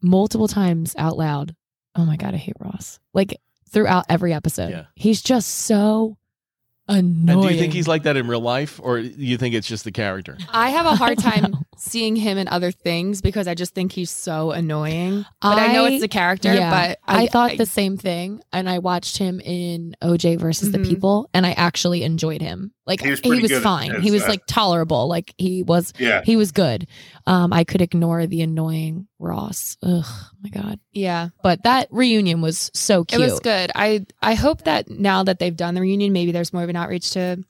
[SPEAKER 4] multiple times out loud. Oh my god, I hate Ross. Like throughout every episode,
[SPEAKER 1] Yeah.
[SPEAKER 4] he's just so
[SPEAKER 1] and
[SPEAKER 4] annoying.
[SPEAKER 1] do you think he's like that in real life, or you think it's just the character?
[SPEAKER 6] I have a hard
[SPEAKER 4] I don't
[SPEAKER 6] time
[SPEAKER 4] know.
[SPEAKER 6] seeing him in other things because I just think he's so annoying. But I, know
[SPEAKER 4] I-
[SPEAKER 6] it's the character,
[SPEAKER 4] yeah.
[SPEAKER 6] but
[SPEAKER 4] I, thought
[SPEAKER 6] I-
[SPEAKER 4] the same thing, and I watched him in OJ versus
[SPEAKER 6] Mhm.
[SPEAKER 4] the People, and I actually enjoyed him. Like
[SPEAKER 5] He
[SPEAKER 4] he
[SPEAKER 5] was
[SPEAKER 4] was,
[SPEAKER 5] pretty good
[SPEAKER 4] fine.
[SPEAKER 5] as
[SPEAKER 4] He was
[SPEAKER 5] that.
[SPEAKER 4] like tolerable. Like he was
[SPEAKER 5] Yeah.
[SPEAKER 4] he was good. Um, I could ignore the annoying Ross. Ugh, my god!
[SPEAKER 6] yeah,
[SPEAKER 4] But that reunion was so
[SPEAKER 6] it
[SPEAKER 4] cute.
[SPEAKER 6] was good. I I hope that now that they've done the reunion, maybe there's more of an outreach to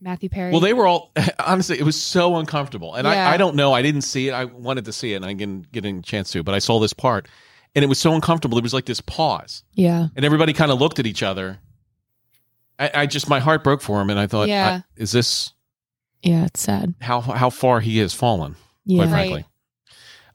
[SPEAKER 6] Matthew Perry.
[SPEAKER 1] Well, they were all honestly. It was so uncomfortable, and
[SPEAKER 6] Yeah.
[SPEAKER 1] I, I don't know. I didn't see it. I wanted to see it, and I didn't get a chance to. But I saw this part, and it was so uncomfortable. It was like this pause,
[SPEAKER 4] Yeah,
[SPEAKER 1] and everybody kind of looked at each other. I, I just my heart broke for him, and I thought,
[SPEAKER 6] Yeah.
[SPEAKER 1] I- is this
[SPEAKER 4] yeah, it's sad.
[SPEAKER 1] how how far he has fallen? Quite
[SPEAKER 4] Yeah,
[SPEAKER 6] Right.
[SPEAKER 1] frankly.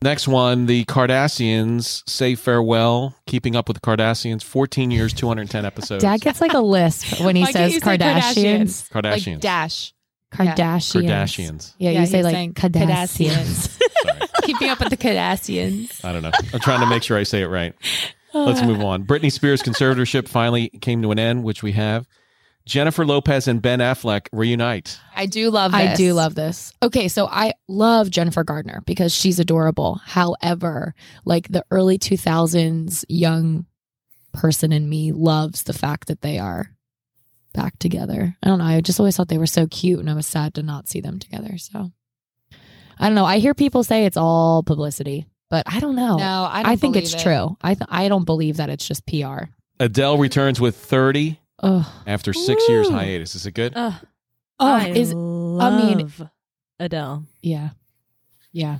[SPEAKER 1] Next one, the Cardassians say farewell. Keeping up with the Cardassians, fourteen years, two hundred ten episodes.
[SPEAKER 4] Dad gets like a lisp when he
[SPEAKER 6] Why can't
[SPEAKER 4] says
[SPEAKER 6] you say
[SPEAKER 4] Kardashians.
[SPEAKER 6] like
[SPEAKER 1] Kardashians,
[SPEAKER 6] Dash Yeah.
[SPEAKER 4] Kardashians.
[SPEAKER 1] Kardashians.
[SPEAKER 4] Yeah,
[SPEAKER 6] Yeah,
[SPEAKER 4] you
[SPEAKER 6] he
[SPEAKER 4] say
[SPEAKER 6] was
[SPEAKER 4] like
[SPEAKER 6] saying
[SPEAKER 4] Kardashians.
[SPEAKER 1] Sorry,
[SPEAKER 6] keeping up with the Kardashians.
[SPEAKER 1] I don't know. I'm trying to make sure I say it right. Let's move on. Britney Spears' conservatorship finally came to an end, which we have. Jennifer Lopez and Ben Affleck reunite.
[SPEAKER 6] I do love
[SPEAKER 4] I do love this. Okay, so I love Jennifer Gardner because she's adorable. However, like the early 2000s young person in me loves the fact that they are back together. I don't know. I just always thought they were so cute and I was sad to not see them together. So I don't know. I hear people say it's all publicity, but I don't know.
[SPEAKER 6] No, I, don't
[SPEAKER 4] I, think
[SPEAKER 6] believe
[SPEAKER 4] it's
[SPEAKER 6] it.
[SPEAKER 4] true. I th- I don't believe that it's just PR.
[SPEAKER 1] Adele returns with 30
[SPEAKER 4] Ugh.
[SPEAKER 1] after six years
[SPEAKER 3] Woo.
[SPEAKER 1] hiatus. Is it good?
[SPEAKER 3] Ugh,
[SPEAKER 4] Oh,
[SPEAKER 3] I
[SPEAKER 4] is
[SPEAKER 3] love
[SPEAKER 4] mean-
[SPEAKER 3] Adele.
[SPEAKER 4] yeah. Yeah.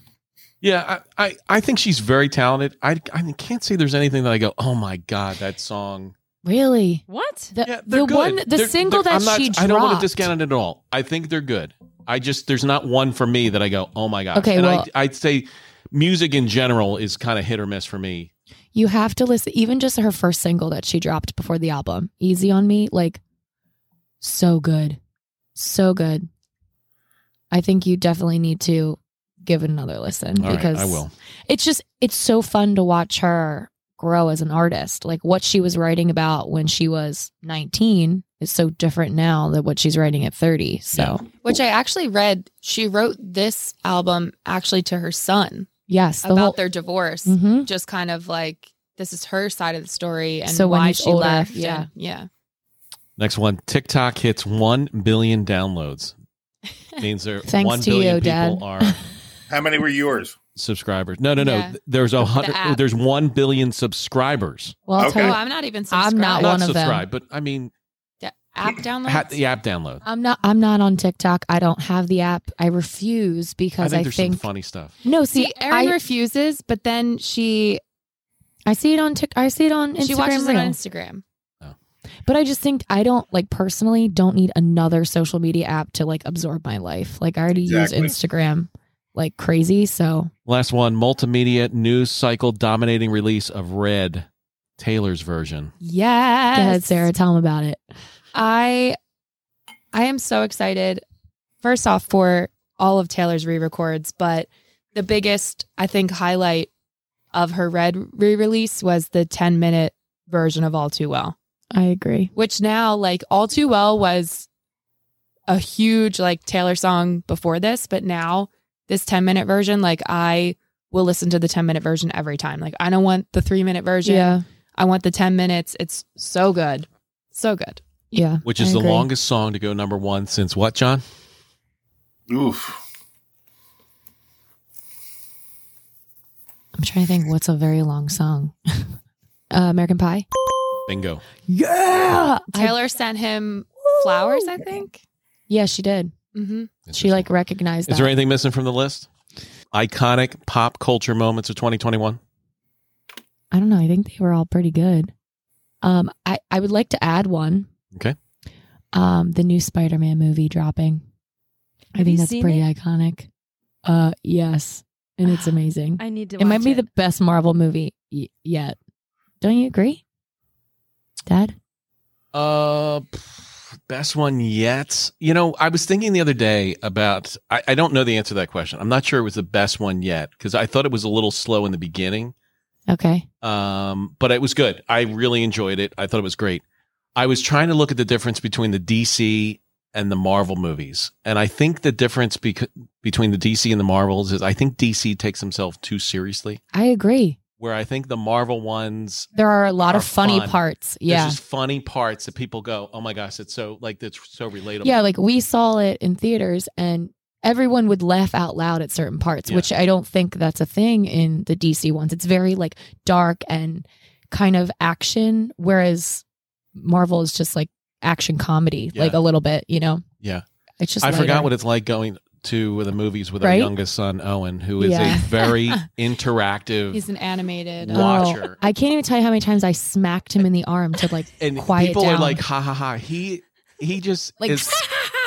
[SPEAKER 1] Yeah, I, I, I think she's very talented. I, I can't say there's anything that I go, oh my God, that song.
[SPEAKER 4] Really?
[SPEAKER 3] What?
[SPEAKER 4] The,
[SPEAKER 1] Yeah,
[SPEAKER 4] Uh, the
[SPEAKER 1] they're good.
[SPEAKER 4] one the
[SPEAKER 1] They're-
[SPEAKER 4] single
[SPEAKER 1] they're-
[SPEAKER 4] that
[SPEAKER 1] I'm not-
[SPEAKER 4] she dropped.
[SPEAKER 1] I don't want to discount it at all. I think they're good. I just, there's not one for me that I go, oh my God.
[SPEAKER 4] Okay,
[SPEAKER 1] and
[SPEAKER 4] well-
[SPEAKER 1] I, I'd say music in general is kind of hit or miss for me.
[SPEAKER 4] You have to listen, even just her first single that she dropped before the album, Easy on Me, like so good. So good. I think you definitely need to give it another listen
[SPEAKER 1] All right,
[SPEAKER 4] because
[SPEAKER 1] I will.
[SPEAKER 4] it's just, it's so fun to watch her grow as an artist. Like what she was writing about when she was 19 is so different now than what she's writing at 30. So,
[SPEAKER 6] Which I actually read. She wrote this album actually to her son
[SPEAKER 4] yes.
[SPEAKER 6] about their divorce.
[SPEAKER 4] Mhm.
[SPEAKER 6] Just kind of like this is her side of the story and
[SPEAKER 4] So when
[SPEAKER 6] why
[SPEAKER 4] he's
[SPEAKER 6] she
[SPEAKER 4] older,
[SPEAKER 6] left.
[SPEAKER 4] yeah.
[SPEAKER 6] and- yeah.
[SPEAKER 1] Next one TikTok hits 1 billion downloads. Means there
[SPEAKER 4] Thanks
[SPEAKER 1] 1
[SPEAKER 4] to
[SPEAKER 1] billion
[SPEAKER 4] you,
[SPEAKER 1] people
[SPEAKER 4] Dad.
[SPEAKER 1] are
[SPEAKER 5] How many were yours?
[SPEAKER 1] subscribers. No, no, no.
[SPEAKER 6] Yeah.
[SPEAKER 1] There's a
[SPEAKER 6] The
[SPEAKER 1] hundred.
[SPEAKER 6] app.
[SPEAKER 1] There's one billion subscribers.
[SPEAKER 4] Well, I'll tell
[SPEAKER 5] Okay.
[SPEAKER 6] Oh,
[SPEAKER 4] you,
[SPEAKER 6] I'm not even.
[SPEAKER 4] I'm
[SPEAKER 6] Subscribed.
[SPEAKER 4] not
[SPEAKER 1] Not
[SPEAKER 4] one of them. Uh,
[SPEAKER 1] subscribe, but I mean,
[SPEAKER 6] app download.
[SPEAKER 1] ha- the app download.
[SPEAKER 4] I'm not. I'm not on TikTok. I don't have the app. I refuse
[SPEAKER 1] I
[SPEAKER 4] because
[SPEAKER 1] think
[SPEAKER 4] I
[SPEAKER 1] there's
[SPEAKER 4] think.
[SPEAKER 1] some funny stuugh.
[SPEAKER 4] no, see,
[SPEAKER 6] See, Erin
[SPEAKER 4] I,
[SPEAKER 6] refuses, but then she
[SPEAKER 4] I see it on Tik. I see it on Instagram.
[SPEAKER 6] she watches it
[SPEAKER 4] Reel.
[SPEAKER 6] on Instagram.
[SPEAKER 4] but I just think I don't like personally. Don't need another social media app to like absorb my life. Like I already
[SPEAKER 5] Exactly.
[SPEAKER 4] use Instagram like crazy. So
[SPEAKER 1] Last one: multimedia news cycle dominating release of Red Taylor's version.
[SPEAKER 6] Yes.
[SPEAKER 4] go ahead, Sarah. Tell them about it.
[SPEAKER 6] I I am so excited. First off, for all of Taylor's re-records, but the biggest I think highlight of her red re-release was the 10 minute version of All Too Well,
[SPEAKER 4] I agree.
[SPEAKER 6] which now like All Too Well was a huge like Taylor song before this, but now this 10 minute version, like I will listen to the 10 minute version every time. Like I don't want the three minute version.
[SPEAKER 4] Yeah,
[SPEAKER 6] I want the 10 minutes. It's so good. So good.
[SPEAKER 4] yeah.
[SPEAKER 1] Which
[SPEAKER 4] I
[SPEAKER 1] is the
[SPEAKER 4] agree.
[SPEAKER 1] longest song to go number one since what, John?
[SPEAKER 5] Oof.
[SPEAKER 4] I'm trying to think. What's a very long song? uh, American Pie.
[SPEAKER 1] Bingo.
[SPEAKER 3] Ah,
[SPEAKER 4] Yeah.
[SPEAKER 6] Taylor sent him flowers, I think.
[SPEAKER 4] yeah, she did.
[SPEAKER 6] Mm-hmm.
[SPEAKER 4] She like recognized.
[SPEAKER 1] Is
[SPEAKER 4] that.
[SPEAKER 1] there anything missing from the list? Iconic pop culture moments of 2021.
[SPEAKER 4] I don't know. I think they were all pretty good. Um, I, I would like to add one.
[SPEAKER 1] Okay.
[SPEAKER 4] Um, the new Spider Man movie dropping. I
[SPEAKER 3] Have
[SPEAKER 4] think
[SPEAKER 3] you
[SPEAKER 4] that's
[SPEAKER 3] seen
[SPEAKER 4] pretty
[SPEAKER 3] it?
[SPEAKER 4] iconic. Uh, yes, and it's amazing.
[SPEAKER 3] I need to.
[SPEAKER 4] it might
[SPEAKER 3] watch
[SPEAKER 4] be the best Marvel movie y- yet. Don't you agree, Dad?
[SPEAKER 1] Uh, pff, best one yet. You know, I was thinking the other day about. I, I don't know the answer to that question. I'm not sure it was the best one yet because I thought it was a little slow in the beginning.
[SPEAKER 4] Okay.
[SPEAKER 1] Um, but it was good. I really enjoyed it. I thought it was great. I was trying to look at the difference between the DC and the Marvel movies, and I think the difference bec- between the DC and the Marvels is I think DC takes himself too seriously,
[SPEAKER 4] I agree.
[SPEAKER 1] where I think the Marvel ones
[SPEAKER 4] There are a lot
[SPEAKER 1] Are
[SPEAKER 4] of funny
[SPEAKER 1] fun.
[SPEAKER 4] parts.
[SPEAKER 1] yeah.
[SPEAKER 4] Yeah.
[SPEAKER 1] there's just funny parts that people go, oh my gosh, it's so like that's so relatable.
[SPEAKER 4] Yeah, like we saw it in theaters and everyone would laugh out loud at certain parts,
[SPEAKER 1] Yeah.
[SPEAKER 4] which I don't think that's a thing in the DC ones. It's very like dark and kind of action, whereas Marvel is just like action comedy,
[SPEAKER 1] Yeah.
[SPEAKER 4] like a little bit, you know?
[SPEAKER 1] Yeah.
[SPEAKER 4] It's just
[SPEAKER 1] I forgot
[SPEAKER 4] lighter.
[SPEAKER 1] what it's like going to the movies with our
[SPEAKER 4] Right?
[SPEAKER 1] youngest son Owen, who is
[SPEAKER 4] Yeah.
[SPEAKER 1] a very interactive
[SPEAKER 6] He's an animated.
[SPEAKER 4] Wow.
[SPEAKER 6] uh,
[SPEAKER 1] watcher.
[SPEAKER 4] Oh, I can't even tell you how many times I smacked him in the arm to like
[SPEAKER 1] and
[SPEAKER 4] quiet
[SPEAKER 1] people are
[SPEAKER 4] down.
[SPEAKER 1] like, ha ha ha. He he just
[SPEAKER 4] Like,
[SPEAKER 1] is,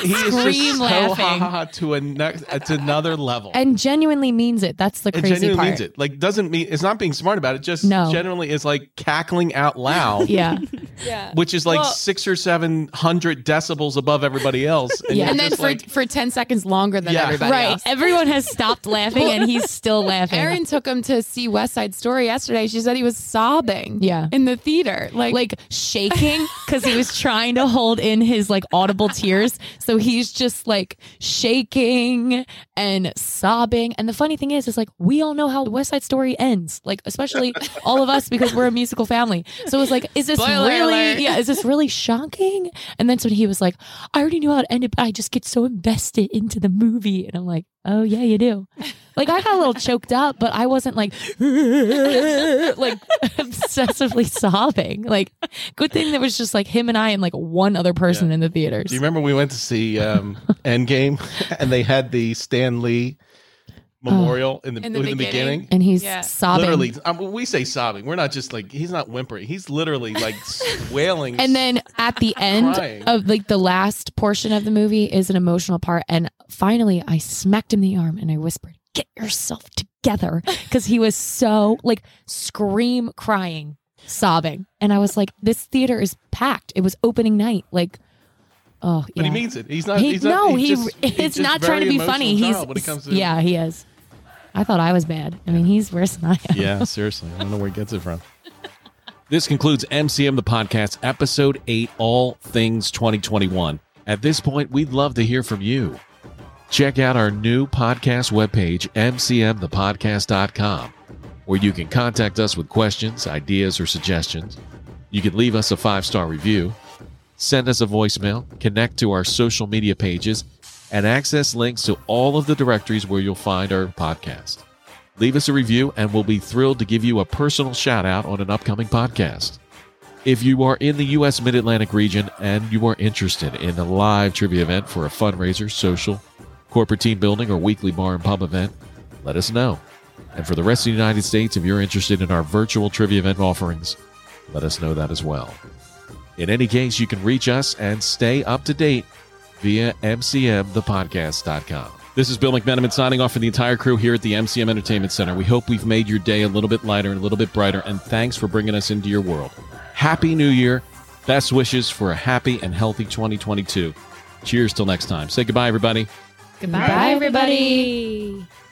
[SPEAKER 1] he is
[SPEAKER 6] scream
[SPEAKER 1] just so ha
[SPEAKER 6] laughing.
[SPEAKER 1] ha ha to a next it's another level.
[SPEAKER 4] and genuinely means it. That's the
[SPEAKER 1] It
[SPEAKER 4] crazy
[SPEAKER 1] genuinely
[SPEAKER 4] part.
[SPEAKER 1] means it. Like doesn't mean it's not being smart about it. Just
[SPEAKER 4] No.
[SPEAKER 1] genuinely is like cackling out loud.
[SPEAKER 4] Yeah.
[SPEAKER 6] Yeah.
[SPEAKER 1] which is like
[SPEAKER 6] Well-
[SPEAKER 1] six or seven hundred decibels above everybody else.
[SPEAKER 4] Yeah.
[SPEAKER 1] you're
[SPEAKER 6] And then
[SPEAKER 1] just
[SPEAKER 6] for
[SPEAKER 1] like,
[SPEAKER 6] for ten seconds longer than
[SPEAKER 1] Yeah.
[SPEAKER 6] everybody
[SPEAKER 4] Right.
[SPEAKER 6] else.
[SPEAKER 4] Everyone has stopped laughing and he's still laughing.
[SPEAKER 6] Erin took him to see West Side Story yesterday. She said he was sobbing.
[SPEAKER 4] Yeah.
[SPEAKER 6] In the theater, like,
[SPEAKER 4] like shaking because he was trying to hold in his like audible tears. So he's just like shaking and sobbing. And the funny thing is, is like we all know how West Side Story ends, like especially all of us because we're a musical family. So it was like, is this
[SPEAKER 6] Spoiler
[SPEAKER 4] really?
[SPEAKER 6] alert.
[SPEAKER 4] Yeah, is this really shocking? And then so he was like, I already knew how it ended, but I just get so invested into the movie, and I'm like, oh yeah, you do. Like I got a little choked up, but I wasn't like like obsessively sobbing. Like good thing there was just like him and I and like one other person in the theaters.
[SPEAKER 1] do you remember we went to see um, Endgame and they had the Stan Lee memorial in the
[SPEAKER 6] In
[SPEAKER 1] in
[SPEAKER 6] the
[SPEAKER 1] the,
[SPEAKER 6] beginning.
[SPEAKER 1] beginning?
[SPEAKER 4] Oh. and he's
[SPEAKER 6] Yeah.
[SPEAKER 4] sobbing.
[SPEAKER 1] Literally, um, when we say sobbing. We're not just like he's not whimpering. He's literally like s- wailing.
[SPEAKER 4] And then at the end
[SPEAKER 1] Crying.
[SPEAKER 4] of like the last portion of the movie is an emotional part. And finally, I smacked him in the arm and I whispered, Get yourself together. Because he was so like scream crying, sobbing. And I was like, This theater is packed. It was opening night. Like, oh,
[SPEAKER 1] but
[SPEAKER 4] yeah.
[SPEAKER 1] he means it. He's not.
[SPEAKER 4] He-
[SPEAKER 1] he's not
[SPEAKER 4] no,
[SPEAKER 1] he's
[SPEAKER 4] he
[SPEAKER 1] just- he's
[SPEAKER 4] it's
[SPEAKER 1] just
[SPEAKER 4] not trying to
[SPEAKER 1] very
[SPEAKER 4] be
[SPEAKER 1] emotional
[SPEAKER 4] funny. He's
[SPEAKER 1] child when it comes to
[SPEAKER 4] yeah, he is. I thought I was bad. I mean, he's worse than I am.
[SPEAKER 1] yeah, seriously. I don't know where he gets it from. This concludes MCM the Podcast, Episode 8, All Things 2021. At this point, we'd love to hear from you. Check out our new podcast webpage, mcmthepodcast.com, where you can contact us with questions, ideas, or suggestions. You can leave us a five star review, send us a voicemail, connect to our social media pages, and access links to all of the directories where you'll find our podcast leave us a review, and we'll be thrilled to give you a personal shout out on an upcoming podcast. If you are in the U.S. Mid Atlantic region and you are interested in a live trivia event for a fundraiser, social, corporate team building, or weekly bar and pub event, let us know. And for the rest of the United States, if you're interested in our virtual trivia event offerings, let us know that as well. In any case, you can reach us and stay up to date via mcmthepodcast.com. This is Bill McMenamin signing off for the entire crew here at the MCM Entertainment Center. We hope we've made your day a little bit lighter and a little bit brighter, and thanks for bringing us into your world. Happy New Year. Best wishes for a happy and healthy 2022. Cheers till next time. Say goodbye, everybody.
[SPEAKER 3] Goodbye.
[SPEAKER 4] Bye, everybody.
[SPEAKER 2] everybody.